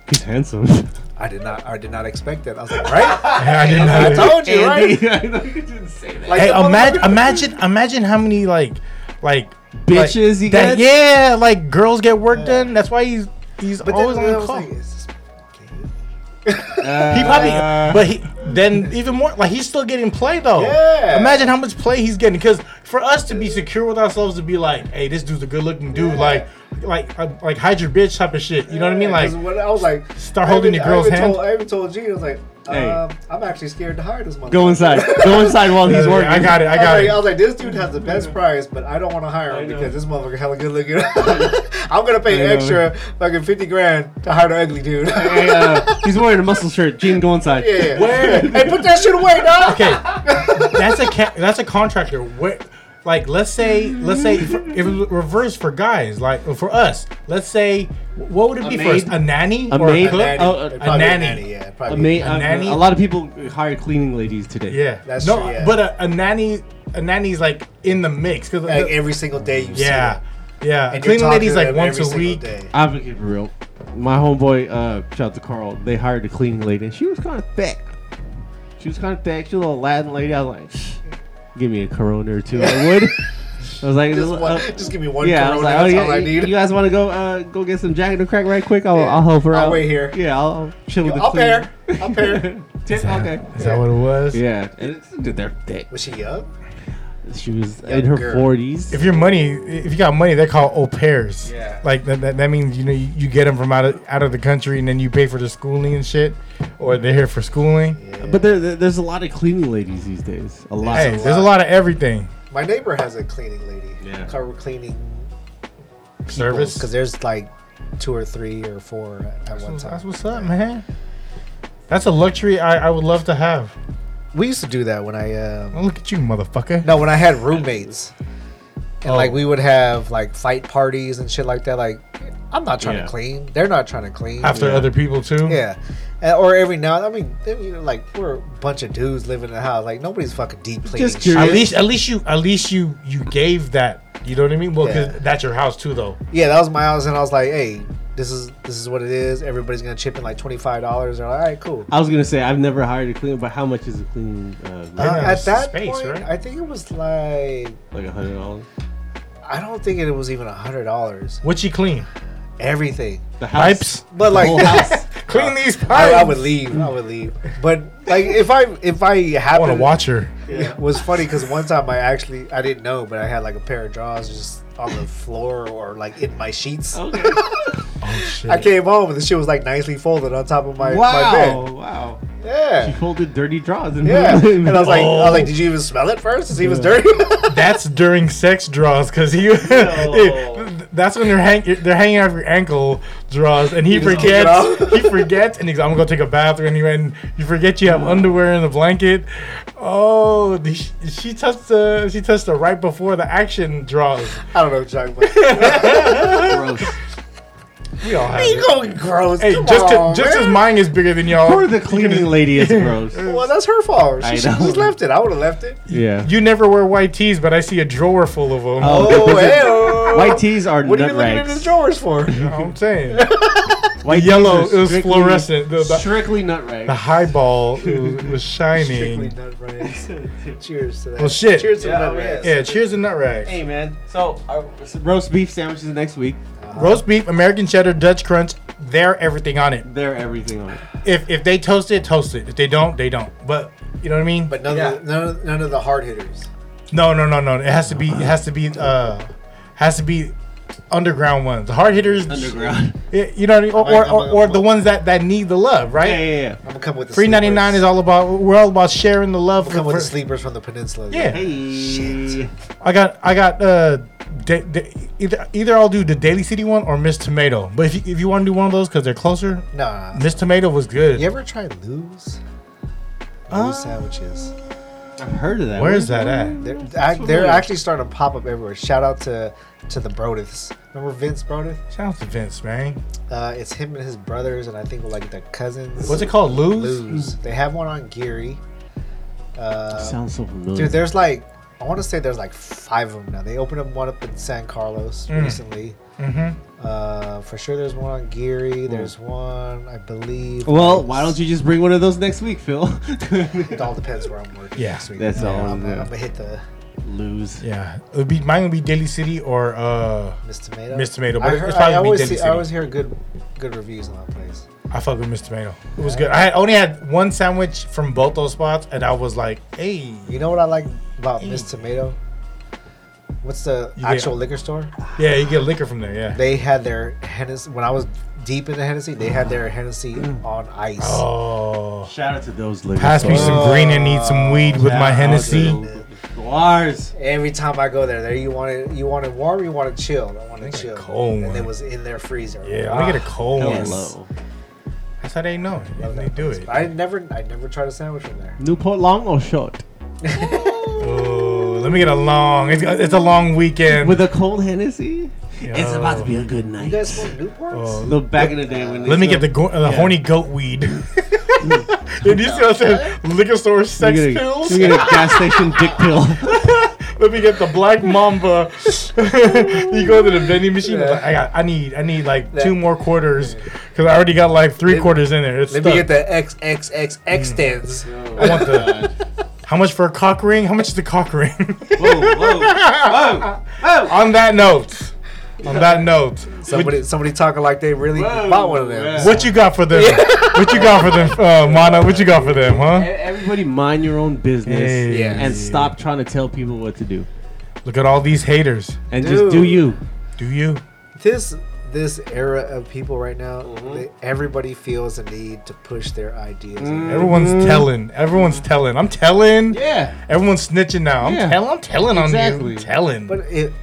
S2: He's handsome. *laughs*
S3: I did not, I did not expect that." I was like, "Right?
S1: *laughs* Yeah, I didn't
S3: I
S1: know.
S3: told you, right?"
S2: *laughs* I know you didn't say that.
S3: Like,
S1: Hey,
S3: the
S1: imagine,
S3: motherfucker-
S1: imagine, imagine how many like, like
S2: Bitches
S1: like,
S2: he
S1: that-
S2: gets?
S1: Yeah, like girls get work done. That's why he's he's
S3: But
S1: always
S3: then, then I
S1: on
S3: was
S1: call.
S3: like, "Is this gay?"
S1: he probably,
S3: Uh.
S1: but he then even more like he's still getting play though.
S3: Yeah.
S1: Imagine how much play he's getting because for us to be secure with ourselves to be like, hey, this dude's a good looking dude. Like, like, uh, like hide your bitch type of shit. You know what I mean?
S3: Yeah, 'cause
S1: Like,
S3: when I was like,
S1: start
S3: I
S1: holding
S3: even-
S1: the girl's
S3: I even
S1: hand.
S3: Told, I even told Gene, I was like, um,
S2: Hey.
S3: "I'm actually scared to hire this motherfucker."
S2: go inside. Go inside while he's working.
S1: I got it. I
S3: I, was
S1: got
S3: like,
S1: it.
S3: I was like, this dude has the best price, but I don't want to hire him because this motherfucker hella good looking. *laughs* I'm gonna pay
S2: I know.
S3: extra fucking fifty grand to hire the ugly dude. *laughs* yeah,
S2: Hey, uh, he's wearing a muscle shirt. Gene, go inside.
S3: yeah. hey, put that shit away, dog. *laughs*
S1: okay, that's a ca- that's a contractor. Where, like, let's say, let's say, if if it was reversed for guys, like for us, let's say, what would it be
S2: maid?
S1: first? A nanny
S2: A
S1: or
S2: maid?
S1: a cook?
S2: Oh, a-
S3: Probably
S1: a nanny.
S3: Yeah,
S2: A,
S3: probably.
S2: ma- a,
S1: nanny?
S2: uh, a lot of people hire cleaning ladies today.
S1: Yeah,
S3: That's
S1: no,
S3: true, yeah.
S1: but a, a nanny, a nanny's like in the mix because
S2: uh,
S3: Like every single day you see.
S1: yeah,
S3: it.
S1: yeah.
S3: And you're
S1: Cleaning
S3: talking
S1: ladies
S3: to
S1: like
S3: them
S1: once
S3: every
S1: a
S3: single
S1: week.
S3: day.
S2: I'm gonna keep it real. My homeboy, uh, shout out to Carl. They hired a cleaning lady, and she was kind of thick. She was kind of thick. She was a little Latin lady. I was like, "Shh, give me a Corona or two. I would. I was like,
S3: Just,
S2: "Uh,
S3: one, just give me one.
S2: yeah. I was
S3: corona,
S2: like, oh,
S3: that's
S2: yeah,
S3: all I
S2: you-
S3: need.
S2: You guys want to go uh, go get some Jack and the Crack right quick? I'll,
S3: Yeah.
S2: I'll help her
S3: I'll
S2: out.
S3: wait here.
S2: Yeah, I'll, I'll chill with the
S3: I'll
S2: cleaning.
S3: pair. I'll
S2: *laughs*
S3: pair.
S2: Tip, okay.
S1: Is that what it was?
S2: Yeah, and it's, dude, they're thick.
S3: Was she young?
S2: She was
S3: Young
S2: in her
S3: girl.
S2: 40s.
S1: If you're money, if you got money, they call au pairs.
S5: Yeah.
S1: Like that, that, that means you know you, you get them from out of out of the country, and then you pay for the schooling and shit, or they're here for schooling.
S2: But there, there- there's a lot of cleaning ladies these days. A lot.
S1: Hey, there's a lot of everything.
S3: My neighbor has a cleaning lady.
S2: Yeah.
S3: Cover cleaning
S1: Service.
S3: because there's like two or three or four at, at one
S1: That's,
S3: time.
S1: what's up, man. That's a luxury I, I would love to have.
S3: We used to do that when I um,
S1: Look at you, motherfucker.
S3: no when I had roommates, and
S1: Oh.
S3: like we would have like fight parties and shit like that. Like, I'm not trying
S2: Yeah.
S3: to clean. They're not trying to clean.
S1: After
S2: Yeah.
S1: other people too.
S3: Yeah, And- or every now. I mean, they- you know, like we're a bunch of dudes living in the house. Like nobody's fucking deep cleaning.
S2: Just
S3: shit.
S2: curious.
S1: At least, at least you, at least you, you gave that. You know what I mean? Well, 'cause
S3: Yeah.
S1: that's your house too, though.
S3: Yeah, that was my house, and I was like, hey, this is this is what it is. Everybody's gonna chip in like twenty five dollars. They're like, all right, cool.
S2: I was gonna say I've never hired a cleaner, but how much is a cleaning? Uh,
S3: Uh,
S1: Yeah,
S3: at
S1: it's
S3: that
S1: space,
S3: point,
S1: right?
S3: I think it was like
S2: like a hundred dollars.
S3: I don't think it was even a hundred dollars.
S1: What you clean?
S3: Everything,
S2: The house.
S1: Pipes.
S3: but like
S2: whole house.
S1: Clean these
S3: I,
S1: pipes.
S3: I would leave. I would leave. But like if I if I
S1: I want
S3: happen
S1: to watch her.
S3: it was funny because one time I actually I didn't know, but I had like a pair of drawers just on the floor or like in my sheets.
S2: Okay.
S1: Oh shit.
S3: I came home and the shit was like nicely folded on top of my, my
S2: wow.
S3: bed.
S2: Wow. She
S3: Yeah.
S2: folded dirty drawers. And
S3: Yeah. And
S2: *laughs*
S3: I was like, I
S1: Oh.
S3: was like, did you even smell it first? To see if it's
S2: Yeah.
S3: dirty? *laughs*
S1: *laughs* That's during sex draws because he. *laughs* that's when they're hang, they're hanging out of your ankle draws, and he
S3: just kick it
S1: forgets. He forgets, and he's I'm gonna go take a bath, and you and you forget you have underwear and a blanket. Oh, the- she, she touched the she touched the right before the action draws.
S3: I don't know what you're talking about.
S2: gross.
S3: *laughs*
S1: We all have
S3: you
S1: it.
S3: going gross.
S1: Hey,
S3: Come
S1: just
S3: on,
S1: to, just *laughs*
S3: man.
S1: as mine is bigger than y'all.
S2: Or the cleaning lady is gross.
S3: *laughs* Well, that's her fault. She
S2: I
S3: should have
S2: know.
S3: just left it. I would have left
S1: *laughs*
S3: it.
S2: Yeah.
S1: You never wear white tees, but I see a drawer full of them.
S2: Oh,
S3: Oh,
S2: because it-
S3: hey,
S2: White tees are
S3: What are
S2: nut
S3: you looking in
S2: rags.
S3: his drawers for?
S1: I'm saying
S2: White tees
S1: yellow,
S2: are
S1: it was
S2: strictly-
S1: fluorescent. The- the-
S2: strictly nut
S1: the
S2: rags.
S1: high ball it was, it was
S3: Strictly
S1: shining.
S3: nut rags. *laughs* Cheers to that.
S1: Well, shit.
S3: Cheers to
S5: Yeah,
S3: the nut
S5: oh, yeah.
S3: rags.
S1: Yeah, cheers to nut rags.
S5: Hey man, so uh,
S2: *laughs*
S5: are,
S2: Roast beef sandwiches next week.
S1: Roast beef, American cheddar, Dutch crunch, they're everything on it.
S2: They're everything on it.
S1: If if they toast it, toast it. If they don't, they don't. But you know what I mean?
S3: But none, of the, none, of, none of the hard hitters.
S1: no, no, no, no. It has to be it has to be uh has to be underground ones. The hard hitters
S2: Underground.
S1: eh, you know what I mean? Or or, or, or the ones that, that need the love,
S2: Yeah,
S1: right?
S2: yeah, yeah.
S3: I'm gonna come with the
S1: Three ninety nine is
S3: sleepers.
S1: all about we're all about sharing the love
S3: I'm
S1: for,
S3: gonna come with the
S1: for-
S3: sleepers from the peninsula.
S1: Yeah.
S2: Hey.
S1: I got I got uh da- da- either either I'll do the Daily City one or Miss Tomato. But if you, if you want to do one of those because they're closer,
S3: Nah.
S1: Miss Tomato was good.
S3: You ever tried Lou's?
S1: Uh,
S3: Lou's sandwiches.
S2: I've heard of that.
S1: Where is that at?
S3: They're, I, they're
S2: familiar.
S3: actually starting to pop up everywhere. Shout out to to the Brodiths. Remember Vince Brodith?
S1: Shout out to Vince, man.
S3: Uh, it's him and his brothers, and I think like the cousins.
S1: What's it called? Lose?
S3: Lou's. They have one on Geary. Uh,
S2: Sounds so familiar.
S1: Hmm.
S3: dude, there's like I want to say there's like five of them now. They opened up one up in San Carlos
S1: Mm.
S3: recently.
S1: Mm-hmm.
S3: Uh, for sure, there's one on
S1: Hmm.
S3: Geary. There's one, I believe.
S2: well, why don't you just bring one of those next week, Phil?
S3: It all depends where I'm working.
S1: Yeah,
S3: next week.
S2: that's all,
S3: I'm,
S2: yeah.
S3: I'm gonna hit the
S2: *laughs* Lose.
S1: Yeah. It would be mine would be Daily City or uh
S3: Miss Tomato.
S1: Miss Tomato,
S3: I,
S1: but
S3: heard,
S1: it's
S3: I
S1: probably be
S3: always
S1: Daily
S3: see,
S1: City.
S3: I always hear good good reviews on that place.
S1: I fuck with Miss Tomato. It was good. I had, only had one sandwich from both those spots and I was like, hey.
S3: You know what I like about Miss Tomato? What's the
S1: Hmm. You get-
S3: actual liquor store?
S1: Yeah, you get liquor from there, yeah.
S3: They had their Hennessy. When I was deep in the Hennessy, they had their
S1: *clears throat*
S3: Hennessy on ice.
S1: Oh.
S2: Shout out to those Oh, liquor
S1: Pass me
S2: stores.
S1: some green and eat some weed with
S2: Shout
S1: my
S2: out to
S1: Hennessy.
S2: those Stores.
S3: Every time I go there, there you want it, you want it warm, you want it chilled. I want it
S1: Like a
S3: chilled.
S1: cold
S3: and
S1: one.
S3: it was in their freezer.
S1: Yeah, I'm gonna get a cold
S2: Hello.
S1: one. That's how they know.
S3: Ah, love
S1: They
S3: that
S1: do
S3: place.
S1: it.
S3: I never, I never tried a sandwich from there.
S2: Newport long or short?
S1: Oh, let me get a long. It's, it's a long weekend.
S2: With a cold Hennessy? It's
S1: Yo.
S2: about to be a good
S3: You
S2: night.
S3: guys smoke Newports?
S1: Oh,
S2: Look, back in the day when they
S1: Let me get the
S2: still-
S1: go- uh, the
S2: Yeah.
S1: horny goat weed. *laughs* Did you see what I said? Liquor store
S2: Let
S1: sex
S2: me get a-
S1: pills.
S2: Let me get a gas station dick pill.
S1: Let me get the black mamba. *laughs* you go to the vending machine. it's like, I got. I need. I need like
S3: That-
S1: two more quarters because I already got like three quarters in there. It's
S3: Let me get the XXX
S1: Mm.
S3: extends.
S1: I want the. How much for a cock ring? How much is the cock ring? *laughs*
S2: whoa, whoa,
S5: *laughs*
S2: whoa.
S1: on that note. On that note.
S3: Somebody, somebody talking like they really
S2: Whoa,
S3: bought one of them.
S2: yeah.
S1: What you got for them? What you got for them, uh, Mono? What you got for them,
S2: E-
S1: huh?
S2: *laughs* Everybody mind your own business
S1: Hey.
S3: Yeah.
S2: and stop trying to tell people what to do.
S1: Look at all these haters.
S2: And just do
S3: Dude.
S2: you.
S1: Do you?
S3: this this era of people right now,
S1: Mm-hmm.
S3: they, everybody feels a need to push their ideas.
S1: Everyone's
S3: Mm-hmm.
S1: telling. Everyone's telling. I'm telling.
S2: Yeah.
S1: Everyone's snitching now. I'm
S2: Yeah.
S1: telling. I'm telling on you.
S2: Exactly.
S1: I'm telling.
S3: But it,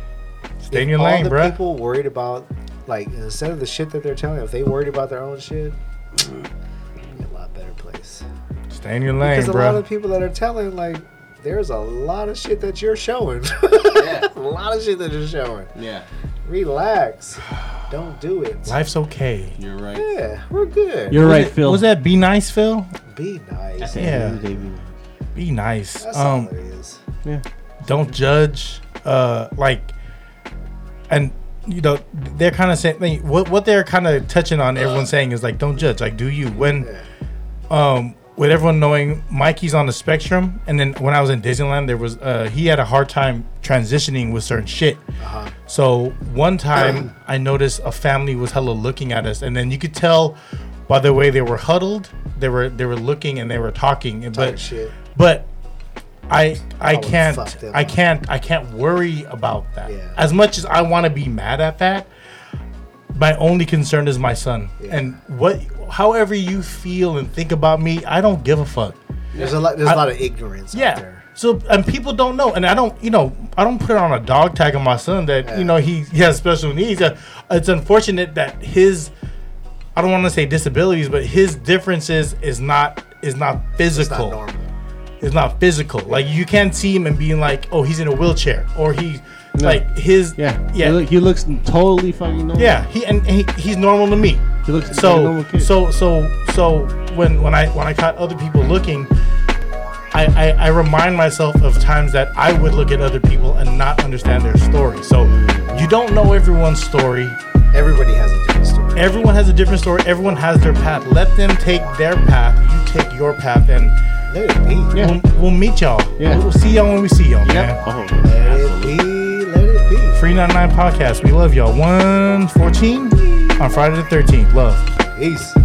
S1: Stay in
S3: if
S1: your
S3: all
S1: lane,
S3: the
S1: bruh.
S3: people worried about like instead of the shit that they're telling, if they worried about their own shit, it'd be a lot better place.
S1: Stay in your lane,
S3: Because a lot
S1: bro.
S3: of people that are telling like there's a lot of shit that you're showing. *laughs*
S4: Yeah.
S3: a lot of shit that you're showing.
S2: Yeah,
S3: Relax. Don't do it.
S1: Life's okay.
S2: you're right.
S3: Yeah, we're good.
S2: You're right,
S1: Was it-
S2: Phil.
S1: Was that be nice, Phil?
S3: Be
S2: At
S3: nice.
S2: the end of the day, we-
S1: Be nice.
S3: That's all
S1: um,
S3: it is.
S2: Yeah.
S1: don't judge uh like and you know they're kind of saying like, what what they're kind of touching on everyone saying is like don't judge like do you when
S3: Yeah.
S1: um with everyone knowing mikey's on the spectrum and then when i was in disneyland there was uh he had a hard time transitioning with certain shit
S3: Uh-huh.
S1: so one time I noticed a family was hella looking at us, and then you could tell by the way they were huddled, they were they were looking and they were talking. and-
S3: Type
S1: But
S3: shit.
S1: but I I
S3: would
S1: can't
S3: fuck them
S1: I
S3: up.
S1: can't I can't worry about that.
S3: Yeah.
S1: As much as I want to be mad at that, my only concern is my son
S3: Yeah.
S1: and what. However you feel and think about me, I don't give a fuck.
S3: There's a lot. There's a
S1: I-
S3: lot of ignorance out
S1: Yeah.
S3: there.
S1: So and people don't know, and I don't, you know, I don't put it on a dog tag on my son that
S3: Yeah.
S1: you know he, he has special needs. Uh, It's unfortunate that his, I don't want to say disabilities, but his differences is not is not
S3: It's
S1: physical.
S3: not normal.
S1: It's not physical. Like you can't see him and being like, oh, he's in a wheelchair or he,
S2: No.
S1: like his,
S2: Yeah.
S1: yeah,
S2: He, look, he looks totally fucking normal.
S1: yeah. He and he, he's normal to me
S2: He looks like a
S1: so
S2: normal kid.
S1: so so so when when I when I caught other people looking, I, I I remind myself of times that I would look at other people and not understand their story. So you don't know everyone's story.
S3: Everybody has a different story.
S1: Everyone has a different story. Everyone has their path. Let them take their path. You take your path, and
S3: Let it be.
S2: Yeah.
S1: we'll, we'll meet y'all.
S2: Yeah.
S1: We'll see y'all when we see y'all,
S2: Yeah.
S1: man.
S2: Oh,
S3: Let
S2: absolutely.
S3: it be. Let it be.
S1: Free 99 podcast. We love y'all. 114 on Friday the 13th. Love.
S3: Peace.